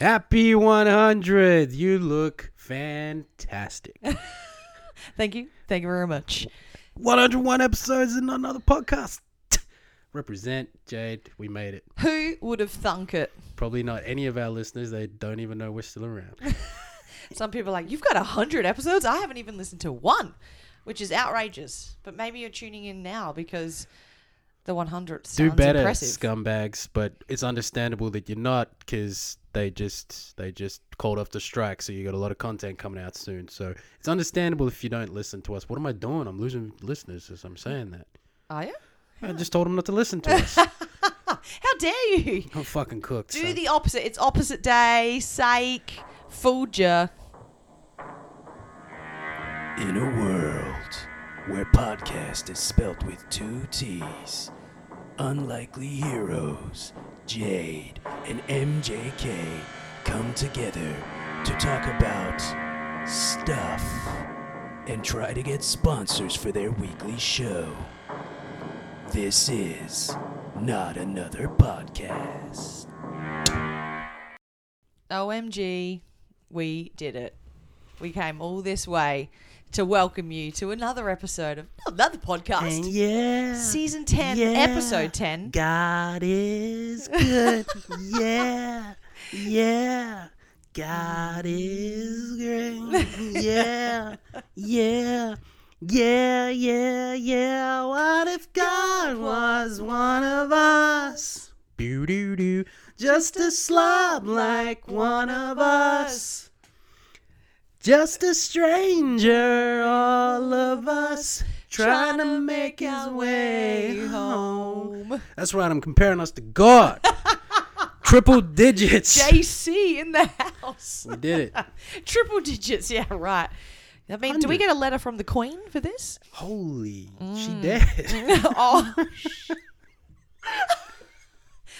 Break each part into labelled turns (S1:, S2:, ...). S1: Happy 100. You look fantastic.
S2: Thank you. Thank you very much.
S1: 101 episodes in another podcast. Represent Jade. We made it.
S2: Who would have thunk it?
S1: Probably not any of our listeners. They don't even know we're still around.
S2: Some people are like, you've got a 100 episodes? I haven't even listened to one, which is outrageous. But maybe you're tuning in now because the 100 sounds
S1: Do better,
S2: impressive.
S1: scumbags. But it's understandable that you're not because they just they just called off the strike. So you got a lot of content coming out soon. So it's understandable if you don't listen to us. What am I doing? I'm losing listeners as I'm saying that.
S2: are you?
S1: I just told them not to listen to us.
S2: How dare you?
S1: I'm fucking cooked.
S2: Do
S1: son.
S2: the opposite. It's opposite day. Sake. Fooled ya.
S3: In a world where podcast is spelt with two T's, unlikely heroes, Jade and MJK come together to talk about stuff and try to get sponsors for their weekly show. This is not another podcast.
S2: OMG, we did it. We came all this way to welcome you to another episode of another podcast.
S1: yeah.
S2: Season 10,
S1: Yeah.
S2: episode 10.
S1: God is good. yeah. Yeah. God is great. Yeah. Yeah. Yeah, yeah, yeah. What if God was one of us? Boo doo doo. Just a slob like one of us. Just a stranger, all of us. Trying to make his way home. That's right, I'm comparing us to God. Triple digits.
S2: JC in the house.
S1: we did it.
S2: Triple digits, yeah, right. I mean, do we
S1: 100.
S2: get a letter from the Queen for this?
S1: Holy, she
S2: Mm.
S1: dead.
S2: oh.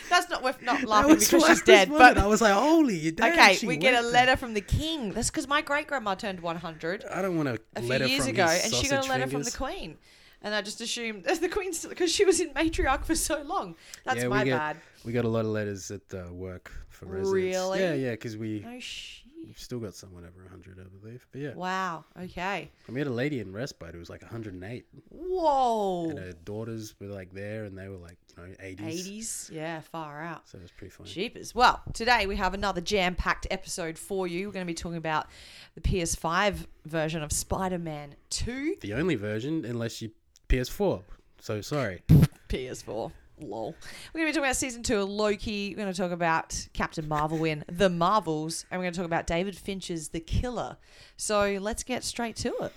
S2: That's not, we're not
S1: That
S2: laughing
S1: was
S2: because
S1: what I
S2: she's
S1: was
S2: dead,
S1: wondering.
S2: but
S1: I was like, holy, damn,
S2: Okay,
S1: she
S2: we get a
S1: went.
S2: letter from the king. That's because my great grandma turned 100
S1: I don't want
S2: a
S1: a
S2: few
S1: letter
S2: years
S1: from
S2: ago,
S1: his
S2: and she got a
S1: sausage
S2: letter
S1: fingers.
S2: from the queen. And I just assumed the queen's because she was in matriarch for so long. That's
S1: yeah,
S2: my
S1: we get,
S2: bad.
S1: We got a lot of letters at uh, work from residents.
S2: Really?
S1: Yeah, yeah, because we
S2: No shit.
S1: we've still got someone over 100, I believe. But yeah,
S2: Wow. Okay.
S1: and we had a lady in respite who was like 108, and
S2: Whoa.
S1: her daughters were like there, and they were like you know 80s.
S2: 80s. Yeah, far out.
S1: So it was pretty funny.
S2: Jeepers. Well, today we have another jam packed episode for you. We're going to be talking about the PS5 version of Spider Man 2.
S1: The only version, unless you PS4. So sorry.
S2: PS4. Lol. We're going to be talking about season two of Loki. We're going to talk about Captain Marvel in The Marvels. And we're going to talk about David Fincher's The Killer. So let's get straight to it.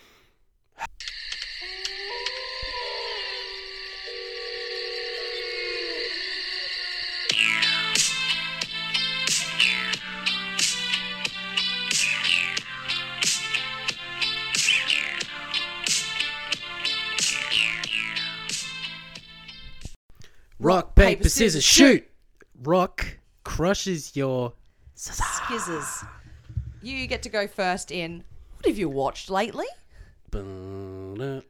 S1: Rock, paper, scissors, shoot! Rock crushes your.
S2: Skizzers. You get to go first in what have you watched lately?
S1: Dun,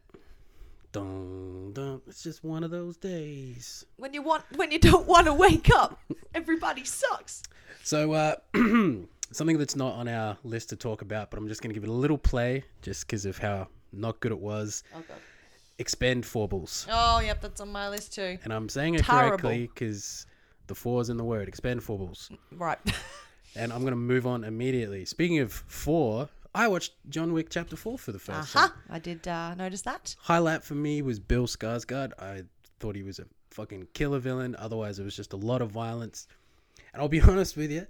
S1: dun, dun. It's just one of those days.
S2: When you want, when you don't want to wake up, everybody sucks.
S1: So, uh, something that's not on our list to talk about, but I'm just going to give it a little play just because of how not good it was.
S2: Oh god.
S1: Expend four balls.
S2: Oh yep, that's on my list too.
S1: And I'm saying it
S2: Terrible.
S1: correctly because the four's in the word. Expend four balls.
S2: Right.
S1: And I'm going to move on immediately. Speaking of four, I watched John Wick Chapter 4 for the first time.
S2: Aha! I did uh, notice that.
S1: highlight for me was Bill Skarsgård. I thought he was a fucking killer villain. Otherwise, it was just a lot of violence. And I'll be honest with you,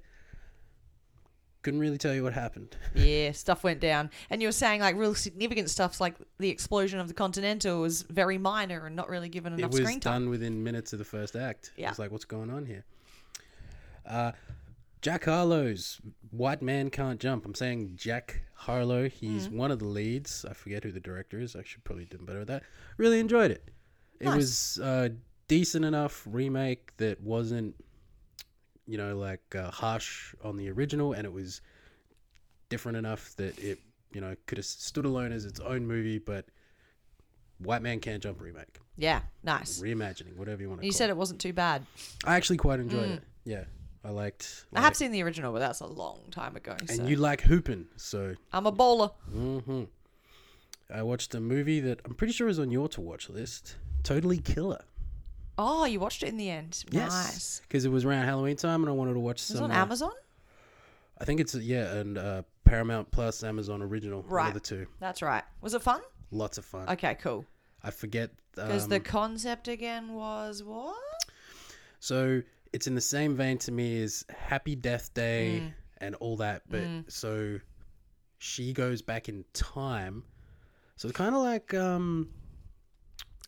S1: couldn't really tell you what happened.
S2: Yeah, stuff went down. And you were saying like real significant stuffs like the explosion of the Continental was very minor and not really given enough
S1: it was
S2: screen time.
S1: done within minutes of the first act.
S2: Yeah.
S1: It was like, what's going on here? Uh, Jack Harlow's White Man Can't Jump. I'm saying Jack Harlow. He's
S2: Mm-hmm.
S1: one of the leads. I forget who the director is. I should probably do better with that. Really enjoyed it. It
S2: Nice.
S1: was uh, decent enough remake that wasn't, you know, like uh, harsh on the original, and it was different enough that it, you know, could have stood alone as its own movie. But White Man Can't Jump remake
S2: Yeah, nice.
S1: reimagining, whatever you want to
S2: You
S1: call
S2: said Mm.
S1: it.
S2: it wasn't too bad.
S1: I actually quite enjoyed it. Yeah. I liked.
S2: I
S1: Like,
S2: have seen the original, but that's a long time ago. So.
S1: and you like hooping, so
S2: I'm a bowler.
S1: I watched a movie that I'm pretty sure is on your to watch list. Totally Killer.
S2: Oh, you watched it in the end. Nice.
S1: Because it was around Halloween time, and I wanted to watch
S2: It was
S1: some.
S2: on
S1: uh,
S2: Amazon.
S1: I think it's yeah, and uh, Paramount Plus, Amazon Original, one
S2: Right.
S1: of the two.
S2: That's right. Was it fun?
S1: Lots of fun.
S2: Okay, cool.
S1: I forget.
S2: Because
S1: Um,
S2: the concept again was what?
S1: so it's in the same vein to me as Happy Death Day
S2: Mm.
S1: and all that, but so she goes back in time. So it's kind of like um,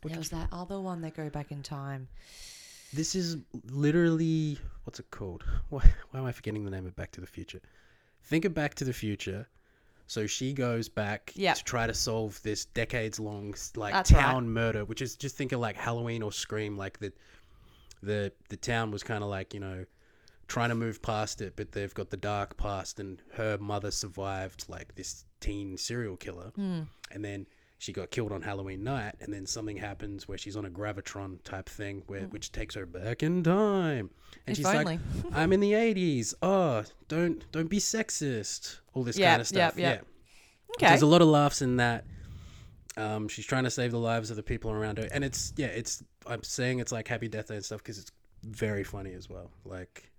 S2: There was that other one that go back in time.
S1: this is literally what's it called? Why, why am I forgetting the name of Back to the Future? Think of Back to the Future. So she goes back
S2: Yep.
S1: to try to solve this decades-long like
S2: That's right.
S1: town murder, which is just think of like Halloween or Scream, like the the the town was kind of like you know trying to move past it, but they've got the dark past, and her mother survived like this teen serial killer,
S2: Hmm.
S1: and then she got killed on Halloween night, and then something happens where she's on a gravitron type thing, where which takes her back in time, and
S2: Hmm. If
S1: she's
S2: only.
S1: like, "I'm in the '80s. Oh, don't don't be sexist. All this
S2: Yep,
S1: kind of stuff.
S2: yep, yep.
S1: Yeah,
S2: Okay.
S1: there's a lot of laughs in that. Um, she's trying to save the lives of the people around her, and it's yeah, it's I'm saying it's like Happy Death Day and stuff because it's very funny as well. Like,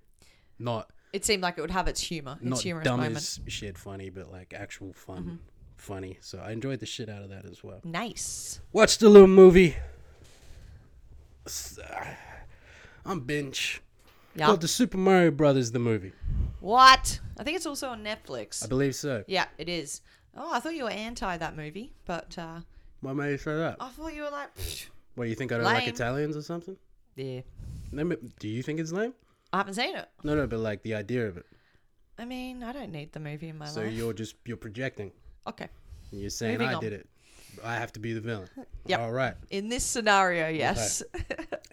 S1: not
S2: it seemed like it would have its humor, its
S1: not
S2: humorous
S1: dumb
S2: moment. Mm-hmm.
S1: as shit funny, but like actual fun, funny. So I enjoyed the shit out of that as well.
S2: Nice.
S1: Watched a little movie. S- uh, I'm binge.
S2: Yeah.
S1: Called the Super Mario Brothers the movie.
S2: What? I think it's also on Netflix.
S1: I believe so.
S2: Yeah, it is. Oh, I thought you were anti that movie, but uh,
S1: Why made you say that?
S2: I thought you were like, pfft.
S1: What you think I don't like
S2: Lame.
S1: Italians or something?
S2: yeah.
S1: No, but Do you think it's lame?
S2: I haven't seen it.
S1: No, no, but like the idea of it.
S2: I mean, I don't need the movie in my
S1: So
S2: life.
S1: you're just you're projecting.
S2: Okay.
S1: And you're saying
S2: Uh-huh. Moving
S1: I
S2: on.
S1: did it. I have to be the villain.
S2: Yep.
S1: All right.
S2: In this scenario, yes.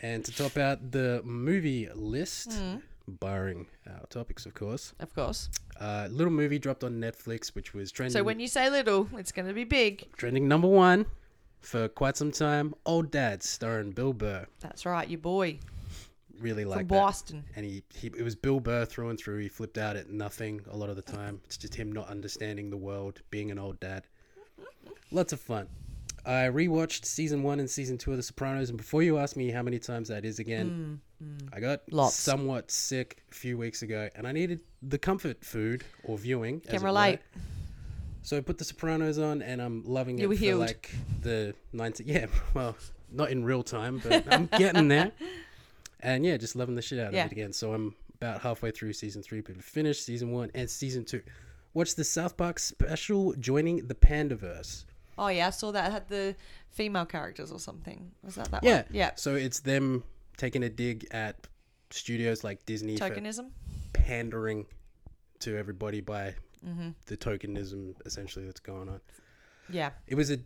S1: And to top out the movie list,
S2: Hmm.
S1: barring our topics, of course,
S2: of course.
S1: uh, little movie dropped on Netflix, which was trending.
S2: So when you say little, it's going to be big.
S1: trending number one for quite some time, Old Dad, starring Bill Burr.
S2: That's right, your boy
S1: Really
S2: from
S1: like that.
S2: Boston.
S1: And he, he, it was Bill Burr through and through. He flipped out at nothing a lot of the time. It's just him not understanding the world, being an old dad. Lots of fun. I rewatched season one and season two of The Sopranos, and before you ask me how many times that is again, I got
S2: Lots.
S1: somewhat sick a few weeks ago, and I needed the comfort food or viewing. as
S2: Can
S1: it were.
S2: relate.
S1: So I put The Sopranos on, and I'm loving
S2: You
S1: it
S2: were
S1: for
S2: healed.
S1: like the 90. Yeah, well, not in real time, but I'm getting there. And yeah, just loving the shit out
S2: Yeah.
S1: of it again. So I'm about halfway through season three, but finished season one and season two. Watch the South Park special joining the Pandaverse.
S2: Oh, yeah, I saw that. It had the female characters or something. Was that that
S1: Yeah.
S2: one? Yeah.
S1: So it's them taking a dig at studios like Disney for
S2: Tokenism?
S1: pandering to everybody by
S2: Mm-hmm.
S1: the tokenism essentially that's going on.
S2: Yeah.
S1: it was a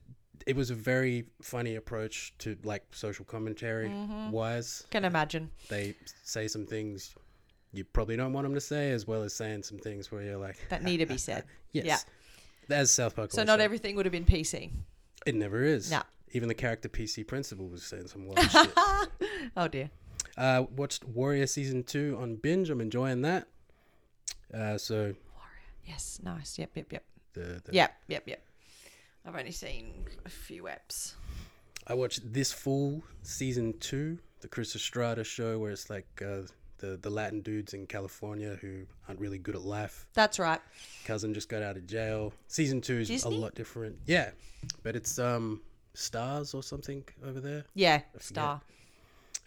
S1: it was a very funny approach to like social commentary
S2: Mm-hmm.
S1: wise
S2: Can imagine.
S1: they say some things you probably don't want them to say as well as saying some things where you're like
S2: That need to be said.
S1: yes
S2: Yeah.
S1: that's south park
S2: So
S1: always
S2: not
S1: said.
S2: everything would have been PC.
S1: it never is
S2: No.
S1: even the character pc principal was saying some wild shit
S2: Oh, dear.
S1: uh watched warrior season 2 on binge i'm enjoying that uh so
S2: Yes, nice. Yep, yep, yep.
S1: the, the
S2: Yep, yep, yep. I've only seen a few eps.
S1: I watched this full season two, the Chris Estrada show, where it's like uh, the the Latin dudes in California who aren't really good at life.
S2: That's right.
S1: Cousin just got out of jail. Season two is
S2: Disney?
S1: a lot different. Yeah, but it's um stars or something over there.
S2: Yeah, Star.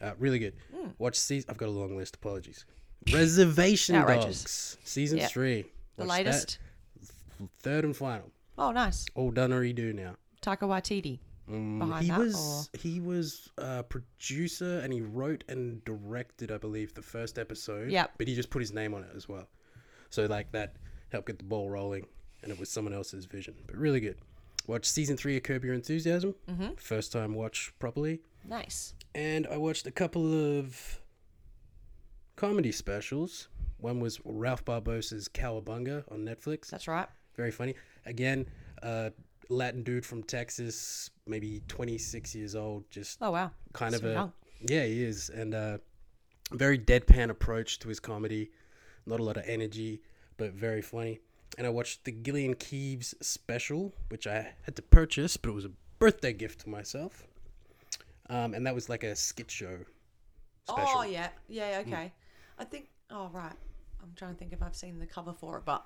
S1: Uh, really good.
S2: Hmm.
S1: Watch season. I've got a long list. Apologies. Reservation
S2: Outrageous.
S1: Dogs season
S2: Yeah.
S1: three.
S2: The
S1: Watched that.
S2: latest.
S1: third and final.
S2: Oh, nice.
S1: All done or redo now.
S2: Taika Waititi behind
S1: Mm, he
S2: that.
S1: was he was a producer and he wrote and directed i believe the first episode
S2: Yep.
S1: but he just put his name on it as well so like that helped get the ball rolling and it was someone else's vision but really good watched season three of curb your enthusiasm mm-hmm. first time watch properly
S2: or nice.
S1: and i watched a couple of comedy specials one was ralph barbosa's cowabunga on netflix
S2: That's right.
S1: very funny. Again, uh, Latin dude from Texas, maybe 26 years old, just
S2: Oh wow.
S1: kind of
S2: so
S1: a
S2: young.
S1: yeah, he is, and uh, very deadpan approach to his comedy, not a lot of energy, but very funny. And I watched the Gillian Keeves special, which I had to purchase, but it was a birthday gift to myself. Um, and that was like a skit show special. Mm.
S2: Oh yeah, yeah, okay. I think. Oh right, I'm trying to think if I've seen the cover for it, but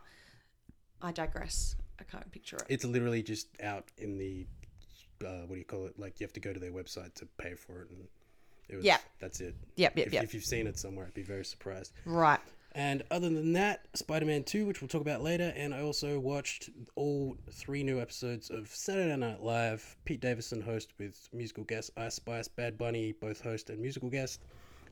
S2: I digress. I can't picture it.
S1: It's literally just out in the, uh, what do you call it? Like you have to go to their website to pay for it, and it was,
S2: Yeah.
S1: that's it.
S2: Yep, yep,
S1: If,
S2: yep.
S1: if you've seen it somewhere, I'd be very surprised.
S2: Right.
S1: And other than that, Spider Man 2, which we'll talk about later, and I also watched all three new episodes of Saturday Night Live. Pete Davidson, host with musical guest Ice Spice, Bad Bunny, both host and musical guest,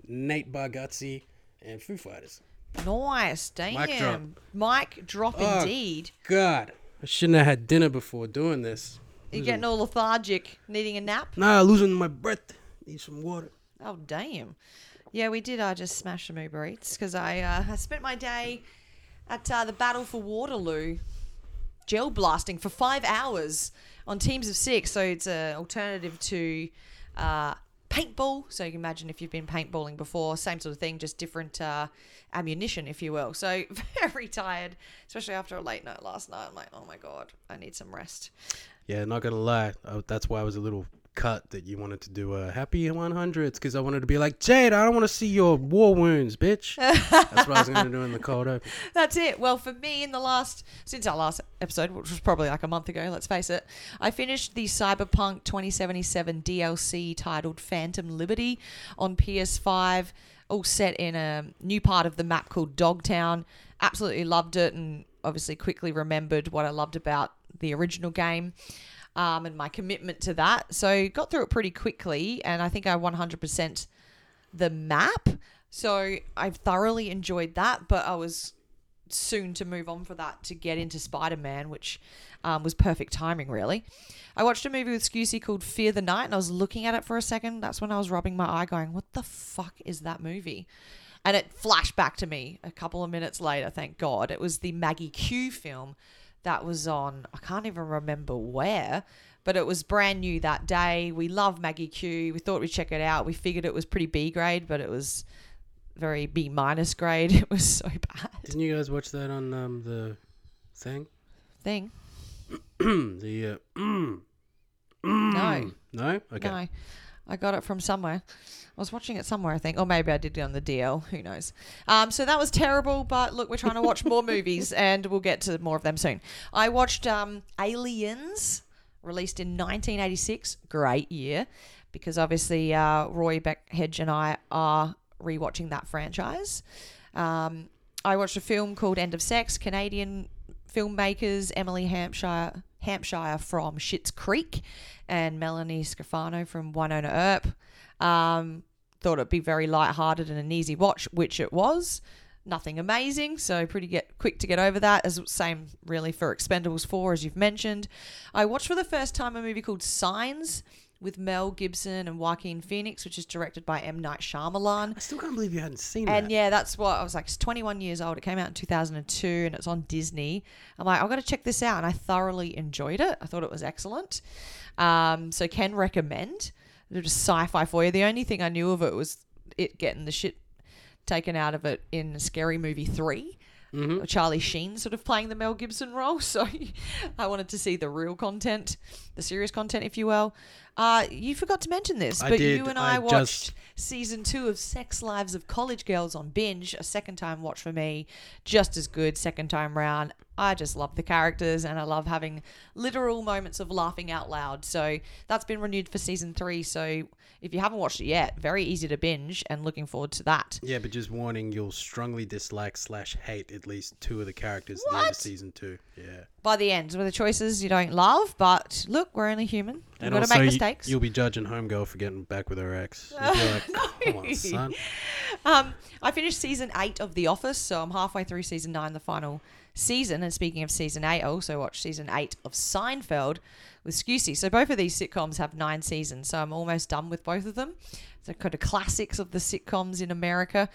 S1: Nate Bargatze, and Foo Fighters.
S2: Nice. Damn.
S1: Mic drop.
S2: Mic drop
S1: Oh,
S2: indeed.
S1: God, I shouldn't have had dinner before doing this.
S2: You're getting all lethargic, needing a nap.
S1: Nah, losing my breath. Need some water.
S2: Oh damn! Yeah, we did. I just smashed some Uber Eats because I uh, I spent my day at uh, the Battle for Waterloo, gel blasting for five hours on teams of six. So it's an alternative to uh, paintball. So you can imagine if you've been paintballing before, same sort of thing, just different uh, ammunition, if you will. So very tired, especially after a late night last night. I'm like, oh my god, I need some rest.
S1: Yeah, not gonna lie. I, that's why I was a little cut that you wanted to do a happy 100s because I wanted to be like Jade. I don't want to see your war wounds, bitch. that's what I was gonna do in the cold open.
S2: That's it. Well, for me, in the last since our last episode, which was probably like a month ago, let's face it, I finished the Cyberpunk 2077 DLC titled Phantom Liberty on PS5, all set in a new part of the map called Dogtown. Absolutely loved it, and obviously quickly remembered what I loved about the original game. Um, and my commitment to that. So got through it pretty quickly, and I think I 100% the map. So I've thoroughly enjoyed that, but I was soon to move on for that to get into Spider Man, which um, was perfect timing, really. I watched a movie with Scusi called Fear the Night, and I was looking at it for a second. That's when I was rubbing my eye, going, What the fuck is that movie? And it flashed back to me a couple of minutes later, thank God. It was the Maggie Q film that was on, I can't even remember where, but it was brand new that day. We love Maggie Q. We thought we'd check it out. We figured it was pretty B grade, but it was very B minus grade. It was so bad.
S1: Didn't you guys watch that on um, the thing?
S2: Thing.
S1: the uh, mm, mm. no, okay.
S2: No, I got it from somewhere. I was watching it somewhere, I think, or maybe I did it on the DL. Who knows? Um, so that was terrible. But look, we're trying to watch more movies, and we'll get to more of them soon. I watched um, Aliens, released in 1986. Great year, because obviously uh, Roy Beckhedge and I are rewatching that franchise. Um, I watched a film called End of Sex, Canadian filmmakers Emily Hampshire Hampshire from Schitt's Creek and Melanie Scafano from Winona Earp. Um, thought it'd be very light-hearted and an easy watch, which it was. Nothing amazing, so pretty get quick to get over that. As same really for Expendables Four, as you've mentioned. I watched for the first time a movie called Signs with Mel Gibson and Joaquin Phoenix, which is directed by M Night Shyamalan.
S1: I still can't believe you hadn't seen
S2: And
S1: that.
S2: yeah, that's what I was like. It's 21 years old. It came out in 2002 and it's on Disney. I'm like, I've got to check this out. And I thoroughly enjoyed it. I thought it was excellent. Um, so, can recommend. They're just sci fi for you. The only thing I knew of it was it getting the shit taken out of it in Scary Movie 3.
S1: Mm-hmm.
S2: Charlie Sheen sort of playing the Mel Gibson role. So I wanted to see the real content, the serious content, if you will. Uh, you forgot to mention this,
S1: I
S2: but
S1: did.
S2: you and
S1: I
S2: I,
S1: just-
S2: watched season two of Sex Lives of College Girls on binge, a second time watch for me, just as good second time round. I just love the characters and I love having literal moments of laughing out loud. So that's been renewed for season three. So if you haven't watched it yet, very easy to binge and looking forward to that.
S1: Yeah, but just warning, you'll strongly dislike slash hate at least two of the characters in the end of season two. Yeah,
S2: By the end, with the choices you don't love, but look, we're only human. We've got to make mistakes.
S1: You, will be judging Homegirl for getting back with her ex. You'll be like, come on, son.
S2: Um, I finished season eight of The Office, so I'm halfway through season nine, the final season. And speaking of season eight, I also watched season eight of Seinfeld with Scusi. So both of these sitcoms have nine seasons, so I'm almost done with both of them. So kind of classics of the sitcoms in America,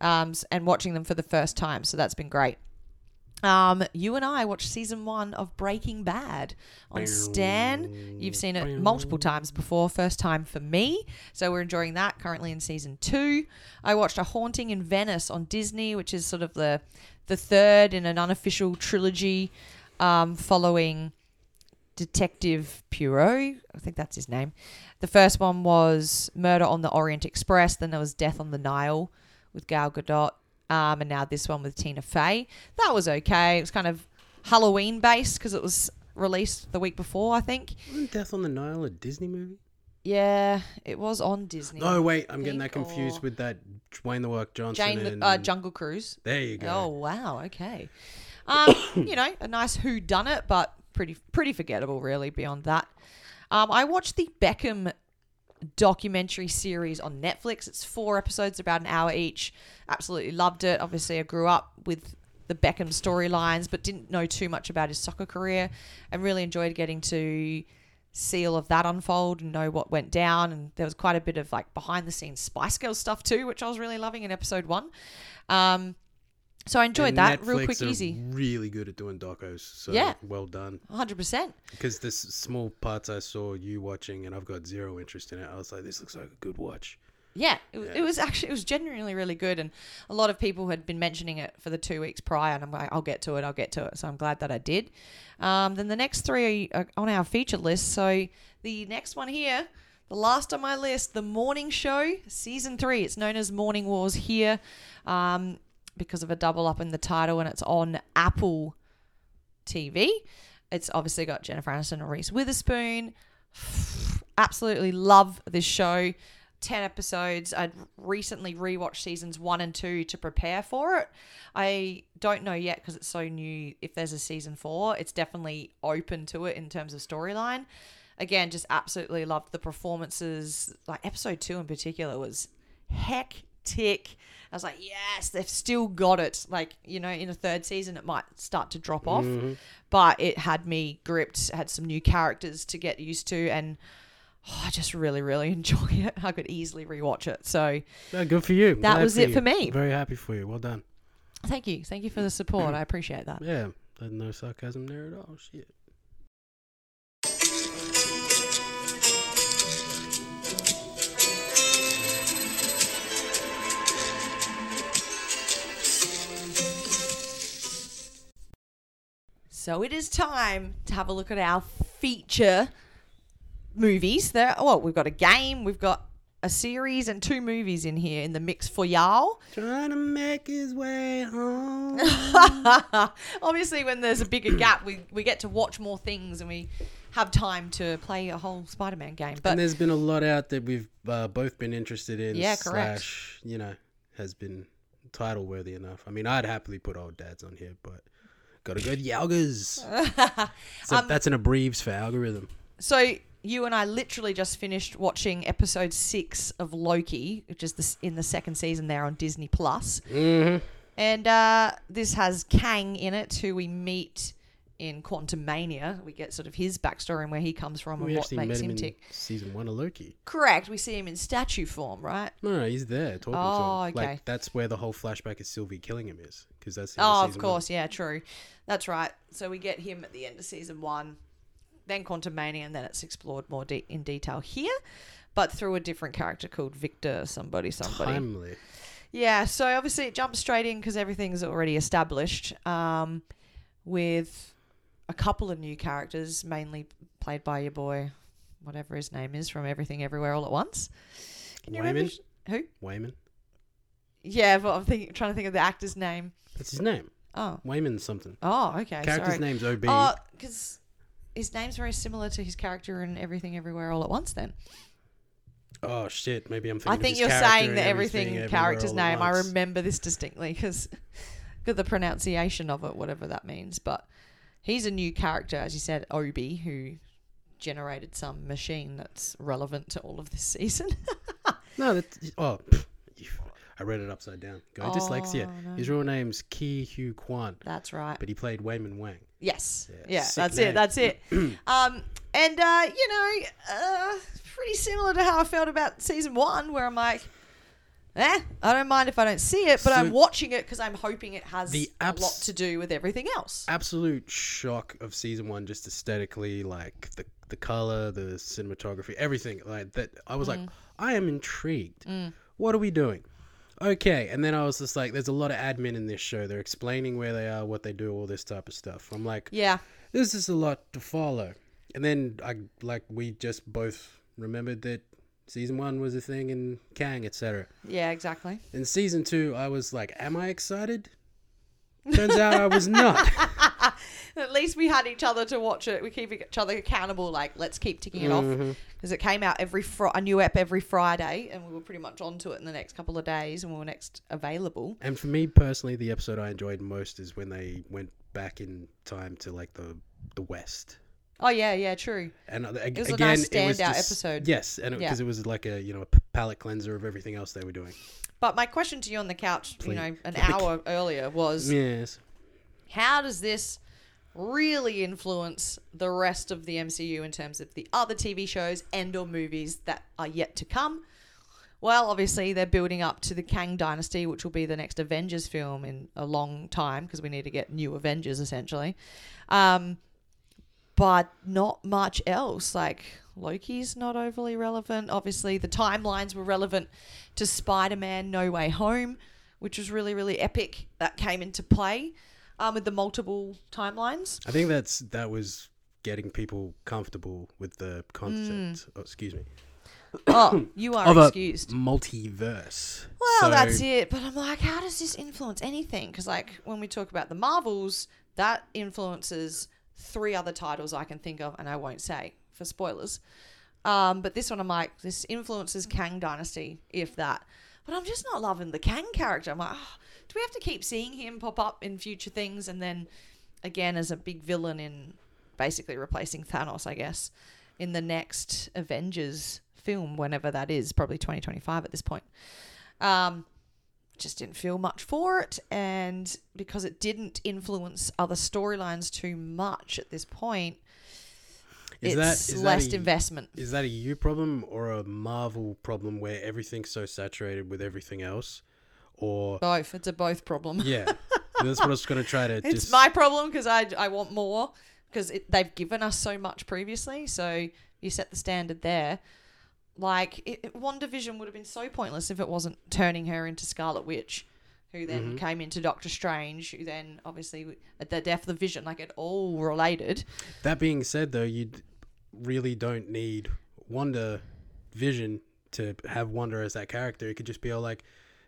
S2: um, s- and watching them for the first time. So that's been great. Um, you and I watched season one of Breaking Bad on Stan. You've seen it multiple times before, first time for me. So we're enjoying that currently in season two. I watched A Haunting in Venice on Disney, which is sort of the the third in an unofficial trilogy um, following Detective Puro. I think that's his name. The first one was Murder on the Orient Express. Then there was Death on the Nile with Gal Gadot. Um, and now this one with Tina Fey. That was okay. It was kind of Halloween based because it was released the week before, I think.
S1: Wasn't Death on the Nile a Disney movie?
S2: Yeah, it was on Disney.
S1: No, wait, I'm getting that
S2: think,
S1: confused
S2: or-
S1: with that Dwayne the Work Johnson.
S2: Jane the
S1: and,
S2: uh, Jungle Cruise.
S1: there you go.
S2: Oh wow, okay. Um, you know, a nice who done it, but pretty pretty forgettable really beyond that. Um, I watched the Beckham documentary series on Netflix. It's four episodes, about an hour each. Absolutely loved it. Obviously, I grew up with the Beckham storylines, but didn't know too much about his soccer career, and really enjoyed getting to see all of that unfold and know what went down. And there was quite a bit of like behind the scenes Spice Girls stuff too, which I was really loving in episode one. Um, so Oh, I enjoyed
S1: And
S2: that.
S1: Netflix
S2: Real quick,
S1: are
S2: easy.
S1: Really good at doing docos. So
S2: Yeah.
S1: well done.
S2: 100%.
S1: Because the s- small parts I saw you watching, and I've got zero interest in it. I was like, this looks like a good watch.
S2: Yeah, it, was- it was actually it was genuinely really good, and a lot of people had been mentioning it for the two weeks prior, and I'm like, I'll get to it, I'll get to it. So I'm glad that I did. Um, then the next three are on our feature list. So the next one here, the last on my list, the Morning Show season three. It's known as Morning Wars here, um, because of a double up in the title, and it's on Apple TV. It's obviously got Jennifer Aniston and Reese Witherspoon. Absolutely love this show. 10 episodes. I'd recently rewatched seasons one and two to prepare for it. I don't know yet because it's so new if there's a season four. It's definitely open to it in terms of storyline. Again, just absolutely loved the performances. Like episode two in particular was hectic. I was like, yes, they've still got it. Like, you know, in a third season, it might start to drop off, but it had me gripped, had some new characters to get used to, and oh, I just really, really enjoy it. I could easily rewatch it. So
S1: No, good for you.
S2: That was
S1: for
S2: it
S1: you.
S2: for me.
S1: Very happy for you. Well done.
S2: thank you. Thank you for the support. I appreciate that.
S1: Yeah. There's no sarcasm there at all. Shit.
S2: So it is time to have a look at our feature movies. There, well, we've got a game, we've got a series, and two movies in here in the mix for y'all.
S1: Trying to make his way home.
S2: Obviously, when there's a bigger gap, we, we get to watch more things and we have time to play a whole Spider Man game.
S1: and
S2: But
S1: there's been a lot out that we've uh, both been interested in.
S2: Yeah, correct.
S1: Slash, you know, has been title worthy enough. I mean, I'd happily put old dads on here, but gotta go Yalgas. so
S2: Um,
S1: that's an abreves for algorithm.
S2: so you and I literally just finished watching episode six of Loki, which is this, in the second season there on Disney Plus.
S1: Mm-hmm.
S2: And uh, this has Kang in it, who we meet in Quantum Mania. We get sort of his backstory and where he comes from
S1: We
S2: and what
S1: actually met
S2: makes
S1: him
S2: him
S1: in
S2: tick.
S1: season one of Loki.
S2: Correct. We see him in statue form, right?
S1: No, no, he's there talking to
S2: Oh,
S1: him.
S2: okay.
S1: Like that's where the whole flashback of Sylvie killing him is, because that's the end
S2: Oh, of
S1: season
S2: course. Yeah, true. That's right. So we get him at the end of season one, then Quantum Mania, and then it's explored more de- in detail here, but through a different character called Victor, somebody,
S1: One.
S2: somebody.
S1: Timely.
S2: Yeah, so obviously it jumps straight in because everything's already established um, with a couple of new characters, mainly played by your boy, whatever his name is, from Everything Everywhere All at Once. Can you remember?
S1: Wayman.
S2: his- Who?
S1: Wayman.
S2: Yeah, but I'm thinking, trying to think of the actor's name.
S1: That's his name.
S2: Oh,
S1: Wayman something.
S2: oh, okay.
S1: Character's
S2: sorry.
S1: name's OB.
S2: Oh, because his name's very similar to his character in Everything Everywhere All at Once. Then
S1: oh shit, maybe I'm thinking.
S2: I
S1: of
S2: think
S1: his
S2: you're
S1: character
S2: saying
S1: in
S2: the Everything,
S1: Everywhere
S2: character's
S1: All at
S2: name. I
S1: Once.
S2: remember this distinctly because got the pronunciation of it, whatever that means. But he's a new character, as you said, Obi, who generated some machine that's relevant to all of this season.
S1: No, that's oh, pff, you- I read it upside down. Go dyslexia.
S2: Oh, no.
S1: His real name's Ki Hu Kwan,
S2: that's right.
S1: but he played Wayman Wang.
S2: Yes.
S1: Yeah,
S2: Yeah,
S1: sick
S2: that's it.
S1: name.
S2: That's it. um, and, uh, you know, uh, pretty similar to how I felt about season one, where I'm like, eh, I don't mind if I don't see it, but I'm
S1: So-
S2: watching it because I'm hoping it has
S1: The
S2: a lot
S1: abs-
S2: to do with everything else.
S1: absolute shock of season one, just aesthetically, like the the color, the cinematography, everything. Like that, I was
S2: Mm.
S1: like, I am intrigued. What are we doing? Okay, and then I was just like, there's a lot of admin in this show. They're explaining where they are, what they do, all this type of stuff. I'm like,
S2: yeah.
S1: this is a lot to follow. And then I like we just both remembered that season one was a thing in Kang, etc.
S2: Yeah, exactly.
S1: In season two, I was like, am I excited? Turns out I was not.
S2: At least we had each other to watch it. We keep each other accountable. Like, let's keep ticking it
S1: Mm-hmm.
S2: off because it came out every fr- a new app every Friday, and we were pretty much onto it in the next couple of days, and we were next available.
S1: And for me personally, the episode I enjoyed most is when they went back in time to like the the West.
S2: Oh yeah, yeah, true.
S1: And uh, ag-
S2: It was a
S1: again,
S2: nice
S1: it was
S2: standout
S1: just-
S2: episode.
S1: Yes, and
S2: Yeah.
S1: because it, was like a you know a p- palate cleanser of everything else they were doing.
S2: But my question to you on the couch, you know, an hour earlier was,
S1: Yes,
S2: how does this really influence the rest of the MCU in terms of the other TV shows and or movies that are yet to come? Well, obviously they're building up to the Kang Dynasty, which will be the next Avengers film in a long time because we need to get new Avengers essentially. Um, but not much else. Like Loki's not overly relevant. Obviously, the timelines were relevant to Spider-Man: No Way Home, which was really really epic. That came into play um, with the multiple timelines.
S1: I think that's that was getting people comfortable with the concept. Oh, excuse me.
S2: Oh, you are
S1: of a
S2: Mm. excused.
S1: multiverse.
S2: Well,
S1: So-
S2: that's it. But I'm like, how does this influence anything? Because, like, when we talk about the Marvels, that influences three other titles I can think of, and I won't say for spoilers. Um, but this one, I'm like, this influences Kang Dynasty, if that. But I'm just not loving the Kang character. I'm like, oh, do we have to keep seeing him pop up in future things? And then again, as a big villain in basically replacing Thanos, I guess, in the next Avengers film, whenever that is, probably 2025 at this point. Um, just didn't feel much for it, and because it didn't influence other storylines too much at this point,
S1: Is that-
S2: it's
S1: is that
S2: less
S1: a-
S2: investment.
S1: Is that a you problem or a Marvel problem where everything's so saturated with everything else, or
S2: Both, it's a both problem.
S1: yeah? that's what I was gonna try to.
S2: it's
S1: just...
S2: my problem because I I want more because they've given us so much previously, so you set the standard there. Like it, it, WandaVision would have been so pointless if it wasn't turning her into Scarlet Witch, who then
S1: Mm-hmm.
S2: came into Doctor Strange, who then obviously at the death of the Vision, like it all related.
S1: That being said, though, you d- really don't need Wonder Vision to have Wonder as that character. It could just be all like,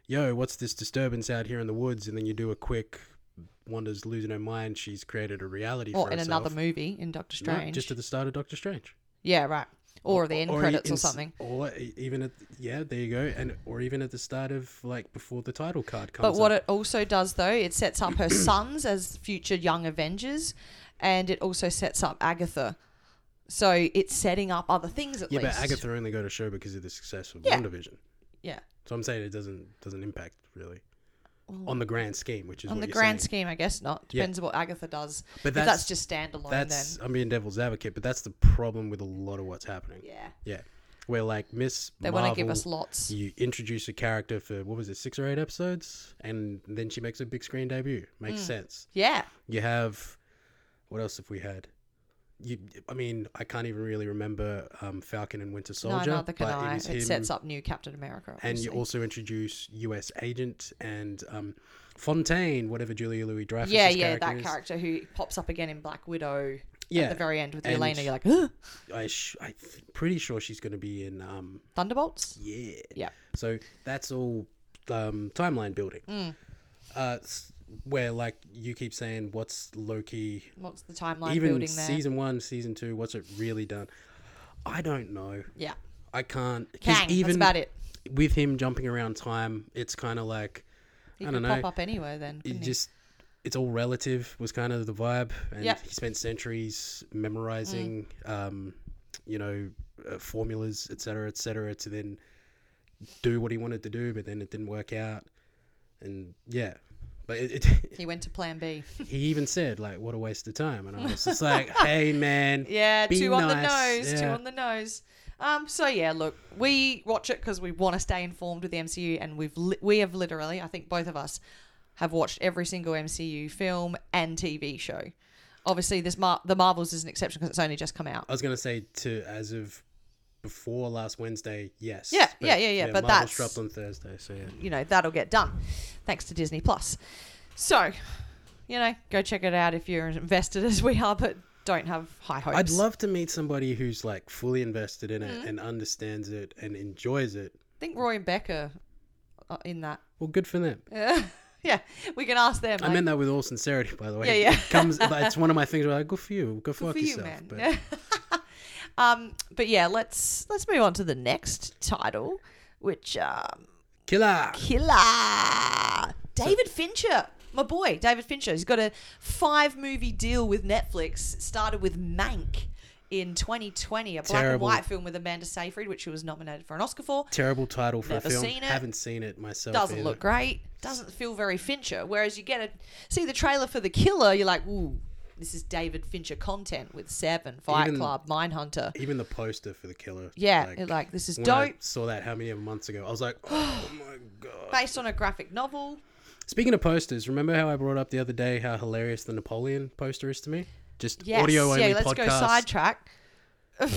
S1: "Yo, what's this disturbance out here in the woods?" And then you do a quick. Wanda's losing her mind. She's created a reality
S2: or
S1: for
S2: in
S1: herself.
S2: another movie in Doctor
S1: No,
S2: Strange.
S1: just at the start of Doctor Strange.
S2: yeah, right. Or, the end
S1: e-
S2: credits
S1: in
S2: or
S1: s-
S2: something.
S1: Or e- even at yeah, there you go, and or even at the start of like before the title card comes.
S2: But what
S1: up.
S2: it also does, though, it sets up her sons as future young Avengers, and it also sets up Agatha. So it's setting up other things at
S1: yeah,
S2: least.
S1: but Agatha only got a show because of the success of
S2: Yeah.
S1: WandaVision.
S2: Yeah.
S1: So I'm saying it doesn't doesn't impact really on the grand scheme, which is
S2: On
S1: what
S2: the
S1: you're
S2: grand
S1: saying.
S2: scheme, I guess not.
S1: Yeah.
S2: Depends on what Agatha does.
S1: But
S2: If
S1: that's-
S2: just standalone
S1: That's
S2: then.
S1: I'm being devil's advocate, but that's the problem with a lot of what's happening.
S2: Yeah.
S1: Yeah, where like Miss
S2: They
S1: want to
S2: give us lots.
S1: You introduce a character for what was it, six or eight episodes, and then she makes a big screen debut.
S2: Mm.
S1: Makes sense.
S2: Yeah.
S1: You have what else have we had? You, I mean, I can't even really remember um, Falcon and Winter
S2: No,
S1: Soldier,
S2: neither can
S1: but
S2: I.
S1: it
S2: It
S1: was him.
S2: sets up new Captain America.
S1: and you
S2: obviously.
S1: also introduce U.S. Agent and um, Fontaine, whatever Julia Louis Dreyfus.
S2: yeah, yeah,
S1: character
S2: that
S1: is.
S2: character who pops up again in Black Widow
S1: Yeah,
S2: at the very end with
S1: and-
S2: Elena. You're like, "Ugh,
S1: I sh- I'm pretty sure she's going to be in. Um,
S2: Thunderbolts?
S1: yeah.
S2: Yeah.
S1: So that's all um, timeline building.
S2: Mm.
S1: Uh, s- where like you keep saying, what's Loki?
S2: What's the timeline
S1: even
S2: building there?
S1: season one, season two, what's it really done? I don't know.
S2: yeah.
S1: I can't. 'cause
S2: Kang, that's about it.
S1: With him jumping around time, it's kind of like
S2: He
S1: I
S2: could
S1: don't know.
S2: pop up anywhere then.
S1: It
S2: couldn't he?
S1: just it's all relative was kind of the vibe, and
S2: Yep.
S1: he spent centuries memorizing, um, you know, uh, formulas, etc., cetera, etc., to then do what he wanted to do, but then it didn't work out, and yeah. But it, it,
S2: He went to Plan B.
S1: he even said like, "What a waste of time," and I was just like, "Hey, man,
S2: yeah,
S1: be
S2: two on the
S1: nice."
S2: nose, two
S1: Yeah.
S2: on the nose. Um, so yeah, look, we watch it because we want to stay informed with the MCU, and we've li- we have literally, I think both of us have watched every single MCU film and TV show. Obviously, this Mar- the Marvels is an exception because it's only just come out.
S1: I was going to say to as of before last Wednesday, yes.
S2: Yeah, yeah, yeah, yeah, but
S1: Marvel's
S2: that's-
S1: dropped on Thursday, so yeah.
S2: you know that'll get done thanks to disney plus so you know go check it out if you're invested as we are but don't have high hopes
S1: I'd love to meet somebody who's like fully invested in it
S2: Mm-hmm.
S1: and understands it and enjoys it.
S2: i think roy and becca are in that
S1: Well, good for them.
S2: yeah we can ask them
S1: I
S2: like,
S1: meant that with all sincerity, by the way.
S2: Yeah, yeah.
S1: It comes, but it's one of my things where I go for you, go fuck
S2: for you
S1: yourself.
S2: man
S1: But
S2: um but yeah let's let's move on to the next title which um
S1: Killer.
S2: killer david fincher my boy david fincher he's got a five movie deal with netflix started with mank in 2020 a black and
S1: Terrible.
S2: white film with amanda seyfried which she was nominated for an oscar for
S1: Terrible title for
S2: Never
S1: a film.
S2: seen it.
S1: Haven't seen it myself.
S2: doesn't
S1: either.
S2: look great doesn't feel very fincher whereas you get a see the trailer for the killer you're like ooh this is david fincher content with seven fight
S1: Even-
S2: club mindhunter
S1: Even the poster for the killer.
S2: yeah like, like this is
S1: when I
S2: dope
S1: saw that how many months ago? I was like, oh my god.
S2: based on a graphic novel
S1: Speaking of posters, remember how I brought up the other day how hilarious the Napoleon poster is to me? Just
S2: Yes.
S1: audio only
S2: yeah, let's
S1: podcast.
S2: go sidetrack.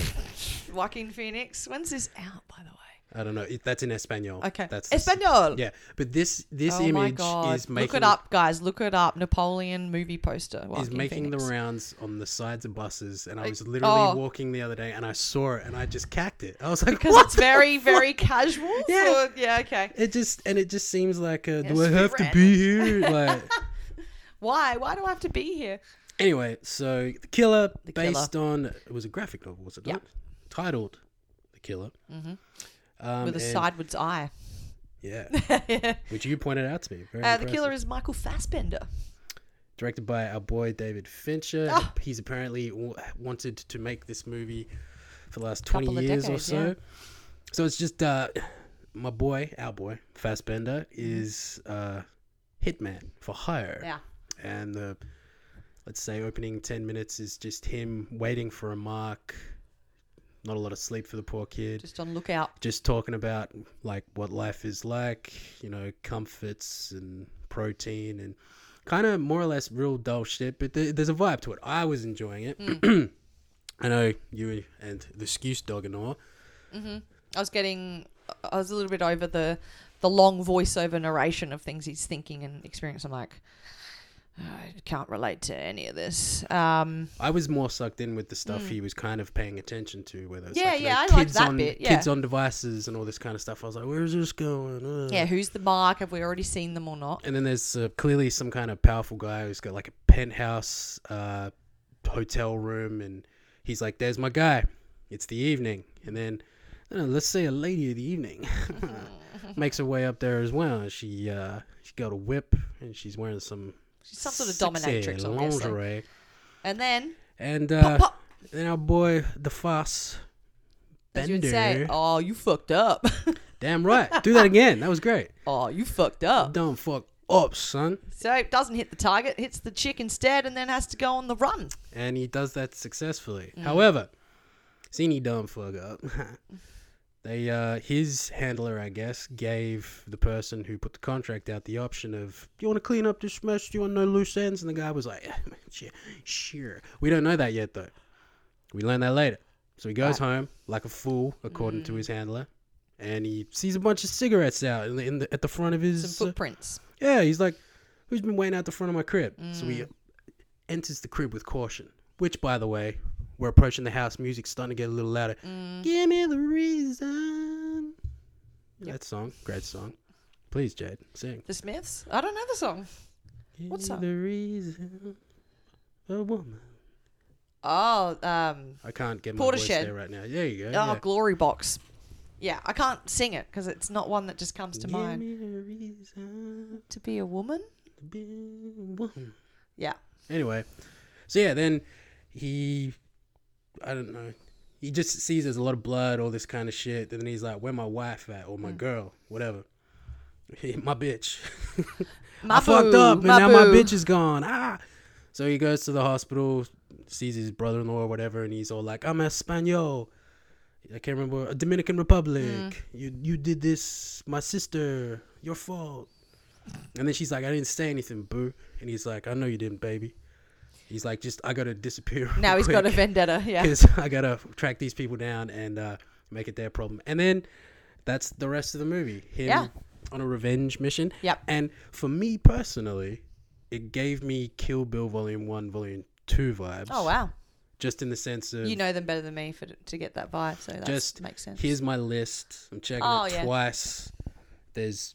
S2: Joaquin Phoenix. When's this out, by the way?
S1: I don't know. It, that's in Espanol.
S2: Okay.
S1: That's the s-
S2: Espanol.
S1: Yeah, but this this
S2: oh
S1: image
S2: my god.
S1: is making
S2: Look it up, guys. Look it up. Napoleon movie poster.
S1: is
S2: Joaquin
S1: making
S2: Phoenix.
S1: the rounds on the sides of buses, and I was literally
S2: oh.
S1: walking the other day, and I saw it, and I just cacked it. I was like,
S2: because
S1: "What
S2: it's
S1: the
S2: very,
S1: fuck?"
S2: very casual.
S1: Yeah.
S2: Yeah. yeah. Okay.
S1: It just and it just seems like, uh,
S2: Yes,
S1: do I
S2: we
S1: have to
S2: ran
S1: be here? Like,
S2: Why? Why do I have to be here?
S1: anyway, so the killer
S2: The Killer.
S1: based on it was a graphic novel, was it?
S2: Yeah.
S1: not? Titled "The Killer." Mm-hmm. Um,
S2: With
S1: and-
S2: a sidewards eye.
S1: yeah, which you pointed out to me. Very
S2: Uh, the killer
S1: impressive.
S2: is Michael Fassbender.
S1: directed by our boy David Fincher.
S2: Ah.
S1: He's apparently w- wanted to make this movie for the last 20
S2: Couple of
S1: years or
S2: decades,
S1: so.
S2: yeah.
S1: So it's just uh, my boy, our boy, Fassbender, is uh, hitman for hire.
S2: Mm-hmm. Yeah.
S1: And the, let's say, opening 10 minutes is just him waiting for a mark. Not a lot of sleep for the poor kid
S2: Just on lookout.
S1: just talking about like what life is like, you know, comforts and protein and kind of more or less real dull shit, but there, there's a vibe to it. I was enjoying it.
S2: Hmm.
S1: I know you and the Scuse dog and all.
S2: I was getting. I was a little bit over the the long voiceover narration of things he's thinking and experiencing. I'm like, I can't relate to any of this. Um,
S1: I was more sucked in with the stuff he was kind of paying attention to, whether it's
S2: Hmm. Yeah,
S1: like, you
S2: yeah,
S1: know,
S2: I liked
S1: kids
S2: that
S1: on
S2: bit,
S1: kids
S2: yeah.
S1: on devices and all this kind of stuff. I was like, where is this going? Uh.
S2: yeah, who's the mark? Have we already seen them or not?
S1: And then there's uh, clearly some kind of powerful guy who's got like a penthouse uh, hotel room, and he's like, "There's my guy. It's the evening." And then, I don't know, let's say a lady of the evening makes her way up there as well. She uh, she got a whip, and she's wearing some
S2: She's some sort of
S1: sexy
S2: dominatrix, I'm guessing.
S1: lingerie.
S2: And then,
S1: And uh,
S2: pop, pop,
S1: then our boy the Foss
S2: as you would
S1: Bender,
S2: say, oh, you fucked up.
S1: damn right, do that again. That was great.
S2: oh, you fucked up.
S1: Don't fuck up, son.
S2: So it doesn't hit the target, hits the chick instead, and then has to go on the run.
S1: and he does that successfully. However, seeing he dumb fuck up, they uh, his handler, I guess, gave the person who put the contract out the option of, "Do you want to clean up this mess? Do you want no loose ends?" And the guy was like, "Sure, "Sure." We don't know that yet, though. We learn that later. So he goes home like a fool, according to his handler. And he sees a bunch of cigarettes out in the, in the, at the front of
S2: Some
S1: his uh,
S2: footprints.
S1: yeah, he's like, who's been waiting out the front of my crib? So
S2: Mm.
S1: he enters the crib with caution, which, by the way, we're approaching the house. Music's starting to get a little louder.
S2: Mm.
S1: Give me the reason. That song, great song. Please, Jade, sing.
S2: The Smiths? I don't know the song.
S1: Give
S2: What
S1: me
S2: song?
S1: The reason. A woman.
S2: Oh, um,
S1: I can't get my voice
S2: Portishead.
S1: there right now. There you go.
S2: Oh,
S1: yeah.
S2: Glory Box. Yeah, I can't sing it because it's not one that just comes to
S1: Give
S2: mind.
S1: me a reason
S2: To be a woman?
S1: to be a woman.
S2: Yeah.
S1: Anyway, so yeah, then he, I don't know, he just sees there's a lot of blood, all this kind of shit, and then he's like, "Where my wife at, or my
S2: Mm.
S1: girl, whatever." my bitch.
S2: My
S1: I fucked
S2: boo,
S1: up, and now my
S2: boo.
S1: bitch is gone. Ah. So he goes to the hospital, sees his brother-in-law or whatever, and he's all like, "I'm Espanol." I can't remember uh, Dominican Republic.
S2: Mm.
S1: You you did this, my sister. Your fault. And then she's like, I didn't say anything, boo. And he's like, I know you didn't, baby. He's like, just I gotta disappear.
S2: Now he's
S1: he's
S2: got a vendetta. Yeah.
S1: because I gotta track these people down and uh, make it their problem. And then that's the rest of the movie. Him
S2: Yeah.
S1: on a revenge mission.
S2: Yep.
S1: And for me personally, it gave me Kill Bill Volume One, Volume Two vibes.
S2: Oh wow.
S1: Just in the sense of
S2: You know them better than me for to get that vibe. So that
S1: just
S2: makes sense.
S1: Here's my list. I'm checking
S2: Oh,
S1: it
S2: yeah.
S1: twice. There's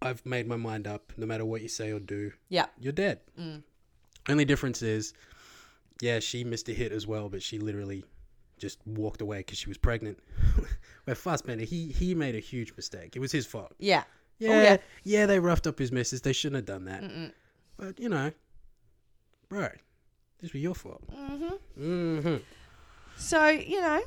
S1: I've made my mind up. No matter what you say or do,
S2: yeah.
S1: you're dead.
S2: Mm.
S1: Only difference is, yeah, she missed a hit as well, but she literally just walked away because she was pregnant. Where Fassbender, he he made a huge mistake. It was his fault.
S2: Yeah.
S1: Yeah,
S2: Oh, yeah.
S1: yeah, they roughed up his missus. They shouldn't have done that. But you know, bro, this was your fault. Mm-hmm. Mm-hmm.
S2: So you know.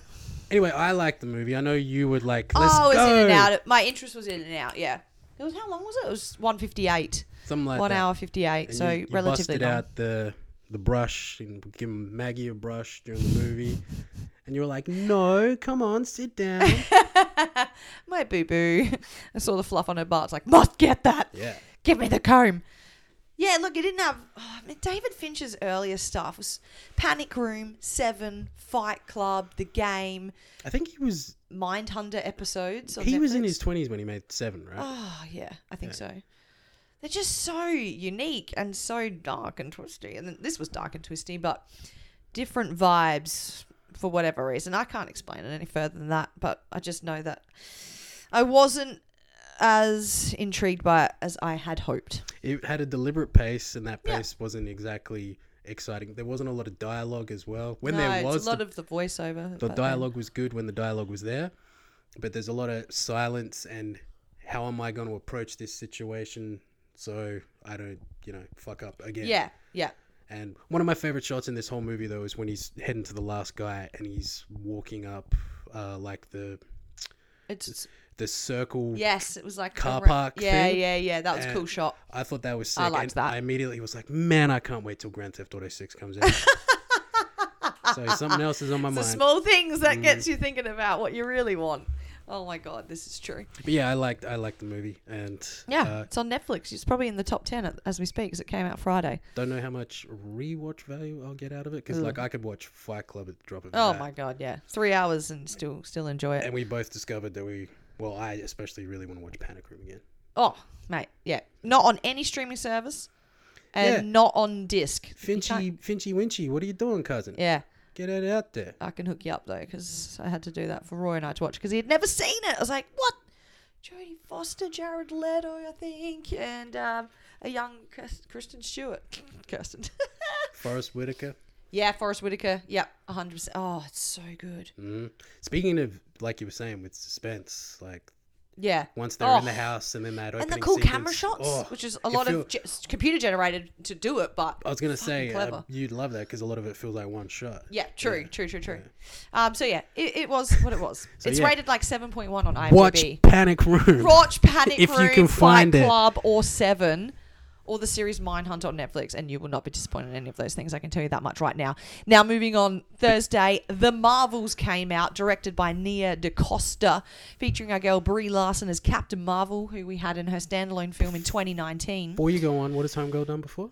S1: Anyway, I like the movie. I know you would like. Let's go.
S2: oh, it's in and out. My interest was in and out. Yeah. It was how long was it? It was one fifty eight.
S1: Something like
S2: one
S1: that.
S2: hour fifty eight.
S1: And
S2: so
S1: you, you
S2: relatively
S1: busted
S2: long.
S1: out the the brush and give Maggie a brush during the movie, and you were like, "No, come on, sit down."
S2: My boo boo. I saw the fluff on her butt. It's like must get that.
S1: yeah,
S2: Give me the comb. Yeah, look, it didn't have. Oh, I mean, David Fincher's earlier stuff was Panic Room, Seven, Fight Club, The Game,
S1: I think he was
S2: Mindhunter episodes. on
S1: he was in
S2: Netflix.
S1: his twenties when he made Seven, right?
S2: Oh, yeah, I think so. They're just so unique and so dark and twisty. And then this was dark and twisty, but different vibes for whatever reason. I can't explain it any further than that, but I just know that I wasn't as intrigued by it as I had hoped.
S1: It had a deliberate pace, and that
S2: Yeah.
S1: pace wasn't exactly exciting. There wasn't a lot of dialogue as well. When
S2: no,
S1: there was,
S2: it's a lot
S1: the,
S2: of the voiceover.
S1: the
S2: but uh, then-
S1: dialogue was good when the dialogue was there, but there's a lot of silence and how am I going to approach this situation so I don't, you know, fuck up again.
S2: Yeah, yeah.
S1: And one of my favorite shots in this whole movie, though, is when he's heading to the last guy and he's walking up, uh, like the
S2: It's, it's-
S1: the circle.
S2: yes, it was like a
S1: Car
S2: ra-
S1: park
S2: Yeah,
S1: thing.
S2: yeah, yeah. That was a
S1: And
S2: cool shot.
S1: I thought that was sick.
S2: I liked
S1: and
S2: that.
S1: I immediately was like, man, I can't wait till Grand Theft Auto Six comes out. so something else is on my
S2: The
S1: mind. Mm.
S2: small things that gets you thinking about what you really want. Oh my god, this is true.
S1: but yeah, I liked I liked the movie, and
S2: Yeah,
S1: uh,
S2: it's on Netflix. It's probably in the top ten at- as we speak because it came out Friday.
S1: don't know how much rewatch value I'll get out of it because like I could watch Fight Club at the drop of a
S2: Mm. Oh
S1: hat.
S2: my god, yeah, three hours and still still enjoy it.
S1: And we both discovered that we, well, I especially really want to watch Panic Room again.
S2: Oh mate, yeah, not on any streaming service, and
S1: Yeah.
S2: not on disc. You can't-
S1: Finchy, Finchy, Winchy, what are you doing, cousin?
S2: Yeah,
S1: Get it out there.
S2: I can hook you up though because I had to do that for Roy and I to watch because he had never seen it. I was like, what? Jodie Foster, Jared Leto, I think, and um, a young Kirst- Kristen Stewart. Kirsten.
S1: Forrest Whitaker.
S2: yeah, Forrest Whitaker. Yep, 100%. Oh, it's so good.
S1: Mm. Speaking of, like you were saying, with suspense, like
S2: Yeah.
S1: once they're in
S2: Oh.
S1: the house and then that
S2: and
S1: opening
S2: the cool
S1: sequence,
S2: camera shots,
S1: oh,
S2: which is a
S1: it
S2: lot
S1: feel-
S2: of just computer generated to do it, but
S1: I was gonna
S2: fucking
S1: say uh,
S2: clever.
S1: you'd love that because a lot of it feels like one shot.
S2: yeah, true, true, true, true. Um, so yeah, it, it was what it was. it's
S1: yeah.
S2: rated like seven point one on IMDb.
S1: Watch Panic Room.
S2: Watch Panic
S1: If you
S2: Room,
S1: can find
S2: Fight
S1: it.
S2: Club, or Seven, or the series Mindhunter on Netflix, and you will not be disappointed in any of those things. I can tell you that much right now. Now, moving on, Thursday, The Marvels came out, directed by Nia DaCosta, featuring our girl Brie Larson as Captain Marvel, who we had in her standalone film in 2019.
S1: Before you go on, what has Homegirl done before?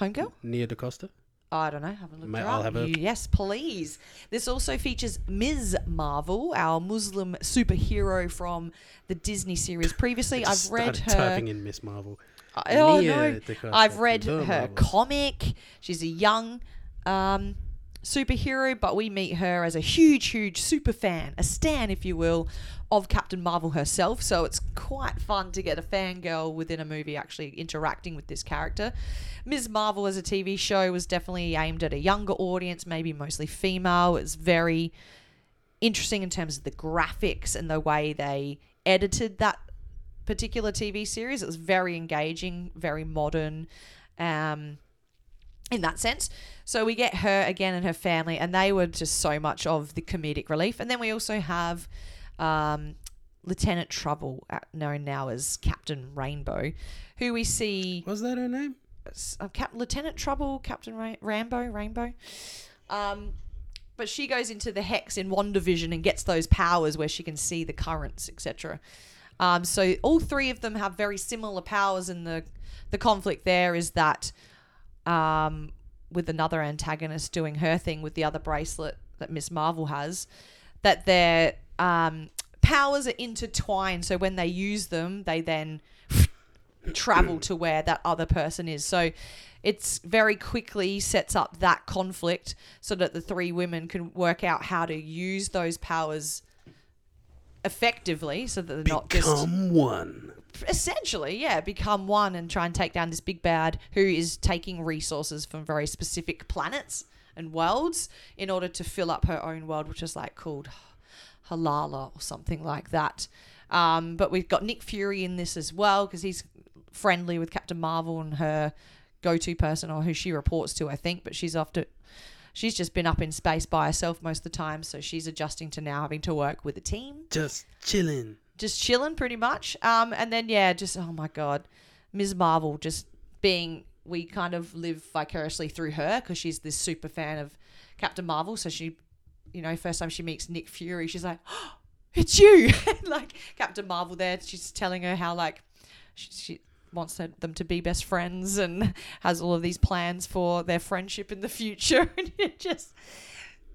S2: Homegirl?
S1: Nia DaCosta.
S2: I don't know. Haven't looked
S1: Ma-
S2: her
S1: I'll
S2: up.
S1: have a-
S2: You- Yes, please. This also features Ms. Marvel, our Muslim superhero from the Disney series. Previously, I've read
S1: Started
S2: her.
S1: typing in Miss Marvel.
S2: Oh
S1: Nia
S2: no!
S1: DaCosta,
S2: I've read
S1: the
S2: her
S1: Marvels.
S2: comic. She's a young um, superhero, but we meet her as a huge, huge super fan, a stan, if you will, of Captain Marvel herself. So it's quite fun to get a fangirl within a movie actually interacting with this character. Ms. Marvel as a TV show was definitely aimed at a younger audience, maybe mostly female. It's very interesting in terms of the graphics and the way they edited that particular TV series. It was very engaging, very modern, um, in that sense. So we get her again and her family, and they were just so much of the comedic relief. And then we also have um, Lieutenant Trouble, uh, known now as Captain Rainbow, who we see
S1: Was that her name?
S2: uh, Cap- Lieutenant Trouble, Captain Ra- Rambo, Rainbow. Um, but But she goes into the hex in WandaVision and gets those powers where she can see the currents, etc. Um, so all three of them have very similar powers, and the the conflict there is that um, with another antagonist doing her thing with the other bracelet that Miss Marvel has, that their um, powers are intertwined. So when they use them, they then travel to where that other person is. So it's very quickly sets up that conflict so that the three women can work out how to use those powers effectively so that they're not just
S1: Come one.
S2: essentially, yeah, become one and try and take down this big bad who is taking resources from very specific planets and worlds in order to fill up her own world, which is like called Halala or something like that. Um, but we've got Nick Fury in this as well because he's friendly with Captain Marvel and her go-to person or who she reports to, I think. But she's off to she's just been up in space by herself most of the time, so she's adjusting to now having to work with a team
S1: Just chilling.
S2: just chilling pretty much. Um, and then yeah, just oh my god, Ms. Marvel just being we kind of live vicariously through her because she's this super fan of Captain Marvel. So she, you know, first time she meets Nick Fury, she's like, oh, "It's you!" like Captain Marvel, there she's telling her how like she. she wants her- them to be best friends and has all of these plans for their friendship in the future and it just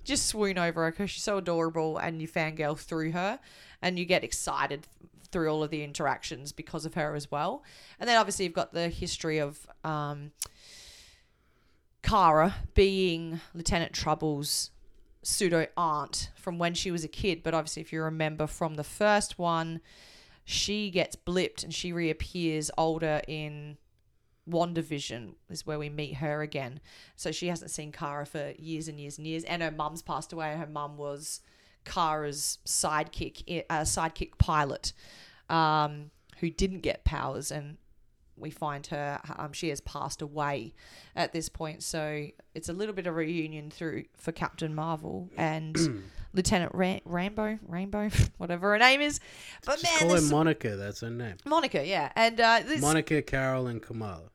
S2: just swoon over her because she's so adorable and you fangirl through her and you get excited through all of the interactions because of her as well. And then obviously you've got the history of um, Kara being Lieutenant Trouble's pseudo aunt from when she was a kid. But obviously, if you remember from the first one, she gets blipped and she reappears older in WandaVision is where we meet her again. So she hasn't seen Kara for years and years and years. And her mum's passed away, and her mum was Kara's sidekick, a sidekick pilot, um, who didn't get powers. And we find her, um, she has passed away at this point. So it's a little bit of reunion through for Captain Marvel and Lieutenant Ram- Rambo, Rainbow, whatever her name is. But
S1: Just
S2: man,
S1: call her
S2: this
S1: Monica. That's her name.
S2: Monica, yeah, and uh, this
S1: Monica, Carol, and Kamala.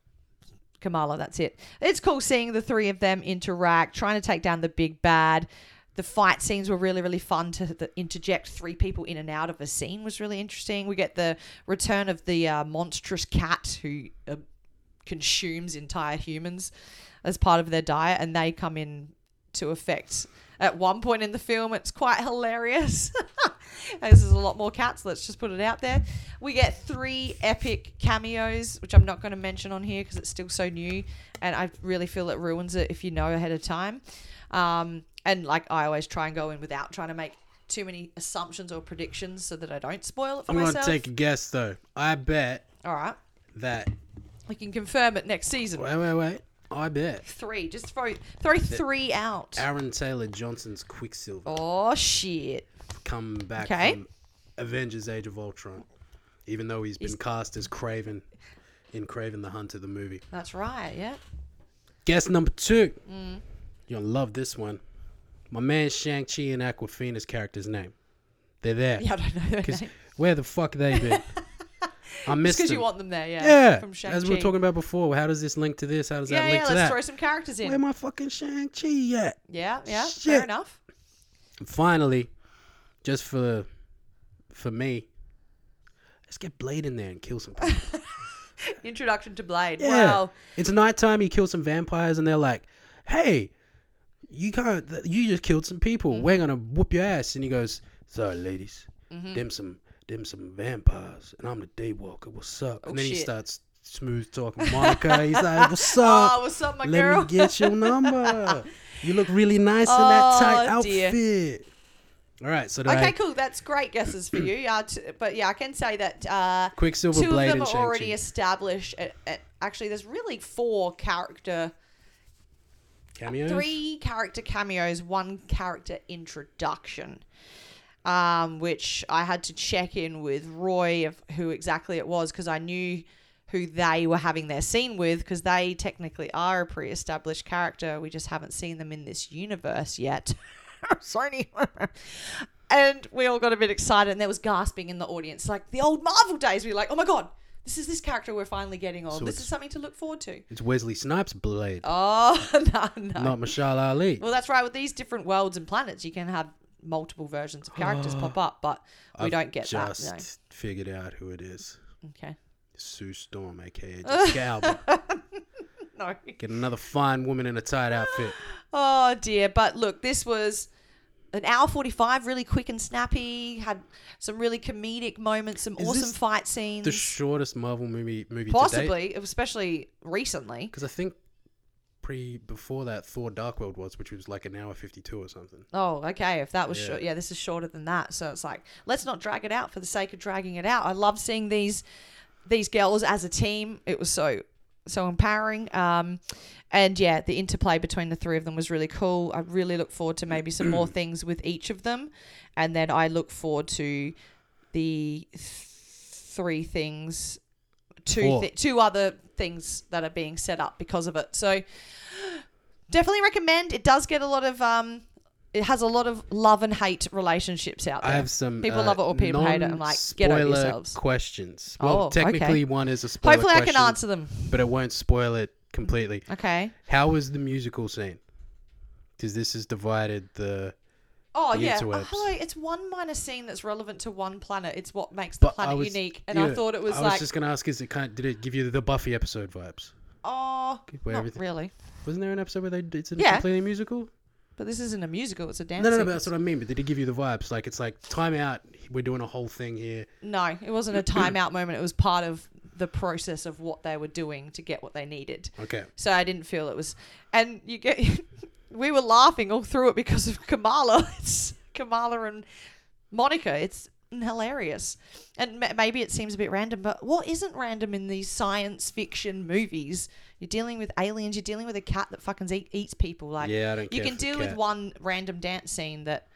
S2: Kamala, that's it. It's cool seeing the three of them interact, trying to take down the big bad. The fight scenes were really, really fun to the interject three people in and out of a scene was really interesting. We get the return of the uh, monstrous cat who uh, consumes entire humans as part of their diet, and they come in to effect at one point in the film. It's quite hilarious. This is a lot more cats. Let's just put it out there. We get three epic cameos, which I'm not going to mention on here because it's still so new, and I really feel it ruins it if you know ahead of time. Um, and like I always try and go in without trying to make too many assumptions or predictions so that I don't spoil it for
S1: I'm going to
S2: myself.
S1: take a guess, though. I bet
S2: All right,
S1: that.
S2: we can confirm it next season.
S1: Wait, wait, wait. I bet
S2: Three, just throw throw three out.
S1: Aaron Taylor Johnson's Quicksilver
S2: Oh shit!
S1: come back
S2: Okay.
S1: from Avengers Age of Ultron, even though he's been cast as Craven in Craven the Hunter, the movie.
S2: That's right. Yeah.
S1: Guess number two. You're going to love this one. My man Shang-Chi and Aquafina's character's name. They're there.
S2: Yeah, I don't know. their
S1: 'Cause
S2: name.
S1: where the fuck they been? I missed
S2: Just because
S1: them.
S2: you want them there, yeah.
S1: yeah,
S2: From Shang-Chi.
S1: as we were talking about before, how does this link to this? How does
S2: Yeah,
S1: that link
S2: yeah.
S1: to
S2: Let's
S1: that?
S2: throw some characters in.
S1: Where my fucking Shang Chi at?
S2: Yeah, yeah. Fair
S1: Shit.
S2: enough.
S1: Finally, just for for me, let's get Blade in there and kill some. people.
S2: Introduction to Blade.
S1: Yeah,
S2: Wow.
S1: it's nighttime. He kills some vampires, and they're like, "Hey, you can't. th- You just killed some people.
S2: Mm-hmm.
S1: We're gonna whoop your ass." And he goes, "Sorry, ladies.
S2: Mm-hmm.
S1: Them some them some vampires, and I'm the Daywalker. What's up?" and then he
S2: Oh, shit.
S1: starts smooth talking Monica. He's like, "What's up?"
S2: Oh, what's up, my
S1: Let
S2: girl?
S1: me get your number. you look really nice in
S2: Oh,
S1: that tight
S2: dear.
S1: outfit. All right, so
S2: okay,
S1: okay,
S2: cool. That's great guesses for you. Uh, t- but yeah, I can say that uh,
S1: Quicksilver,
S2: two
S1: Blade,
S2: of them
S1: and
S2: are already
S1: Shang-Chi.
S2: established. At, at, actually, there's really four character,
S1: cameos.
S2: three character cameos, one character introduction. Um, which I had to check in with Roy of who exactly it was because I knew who they were having their scene with because they technically are a pre-established character. We just haven't seen them in this universe yet. Sony. and we all got a bit excited, and there was gasping in the audience, like the old Marvel days. We were like, "Oh my god, This is this character we're finally getting on.
S1: So
S2: this
S1: it's-
S2: is something to look forward to.
S1: It's Wesley Snipes' blade,
S2: Oh, no, no.
S1: not Michelle Ali.
S2: Well, that's right. With these different worlds and planets, you can have multiple versions of characters pop up, but we
S1: I've
S2: don't get
S1: just
S2: that.
S1: figured out who it is.
S2: No. Okay.
S1: Sue Storm, aka Jessica Alba.
S2: No.
S1: Get another fine woman in a tight outfit.
S2: Oh dear. But look, this was an hour forty-five, really quick and snappy. Had some really comedic moments, some
S1: Is
S2: awesome
S1: this
S2: fight scenes.
S1: The shortest Marvel movie movie to date.
S2: Possibly, especially recently.
S1: Because I think pre before that Thor Dark World was, which was like an hour fifty two or something.
S2: Oh, okay. If that was
S1: Yeah.
S2: short, yeah, this is shorter than that. So it's like, let's not drag it out for the sake of dragging it out. I love seeing these these girls as a team. It was so so empowering. Um, and yeah, the interplay between the three of them was really cool. I really look forward to maybe some more things with each of them, and then I look forward to the th- three things, two
S1: Four.
S2: th- two other things that are being set up because of it. So definitely recommend. It does get a lot of um, it has a lot of love and hate relationships out there.
S1: I have some
S2: people
S1: uh,
S2: love it or people hate it. I'm like, get over
S1: non-spoiler
S2: yourselves.
S1: questions. Well,
S2: Oh, okay.
S1: technically one is a spoiler.
S2: Hopefully, I can
S1: question,
S2: answer them.
S1: but it won't spoil it completely.
S2: Okay.
S1: How was the musical scene? Because this has divided the.
S2: Oh
S1: The
S2: yeah. Oh,
S1: interwebs.
S2: hello. It's one minor scene that's relevant to one planet. It's what makes the
S1: But I
S2: planet
S1: was-
S2: unique. And I
S1: yeah,
S2: thought it was
S1: I
S2: like,
S1: was just gonna ask, is it kind? Of, did it give you the Buffy episode vibes?
S2: oh,
S1: Where
S2: not
S1: everything-
S2: really.
S1: Wasn't there an episode where they it's a
S2: Yeah.
S1: completely musical?
S2: But this isn't a musical. It's a dance.
S1: No, no, no. But
S2: sequence.
S1: that's what I mean. But did it give you the vibes? Like it's like time out. We're doing a whole thing here.
S2: No, it wasn't a timeout moment. It was part of the process of what they were doing to get what they needed.
S1: Okay.
S2: So I didn't feel it was. And you get, we were laughing all through it because of Kamala. It's Kamala and Monica. It's hilarious. And ma- maybe it seems a bit random, but what isn't random in these science fiction movies? You're dealing with aliens. You're dealing with a cat that fucking eat, eats people. Like
S1: Yeah, I don't
S2: you
S1: care
S2: can
S1: for the
S2: deal with
S1: cat.
S2: one random dance scene that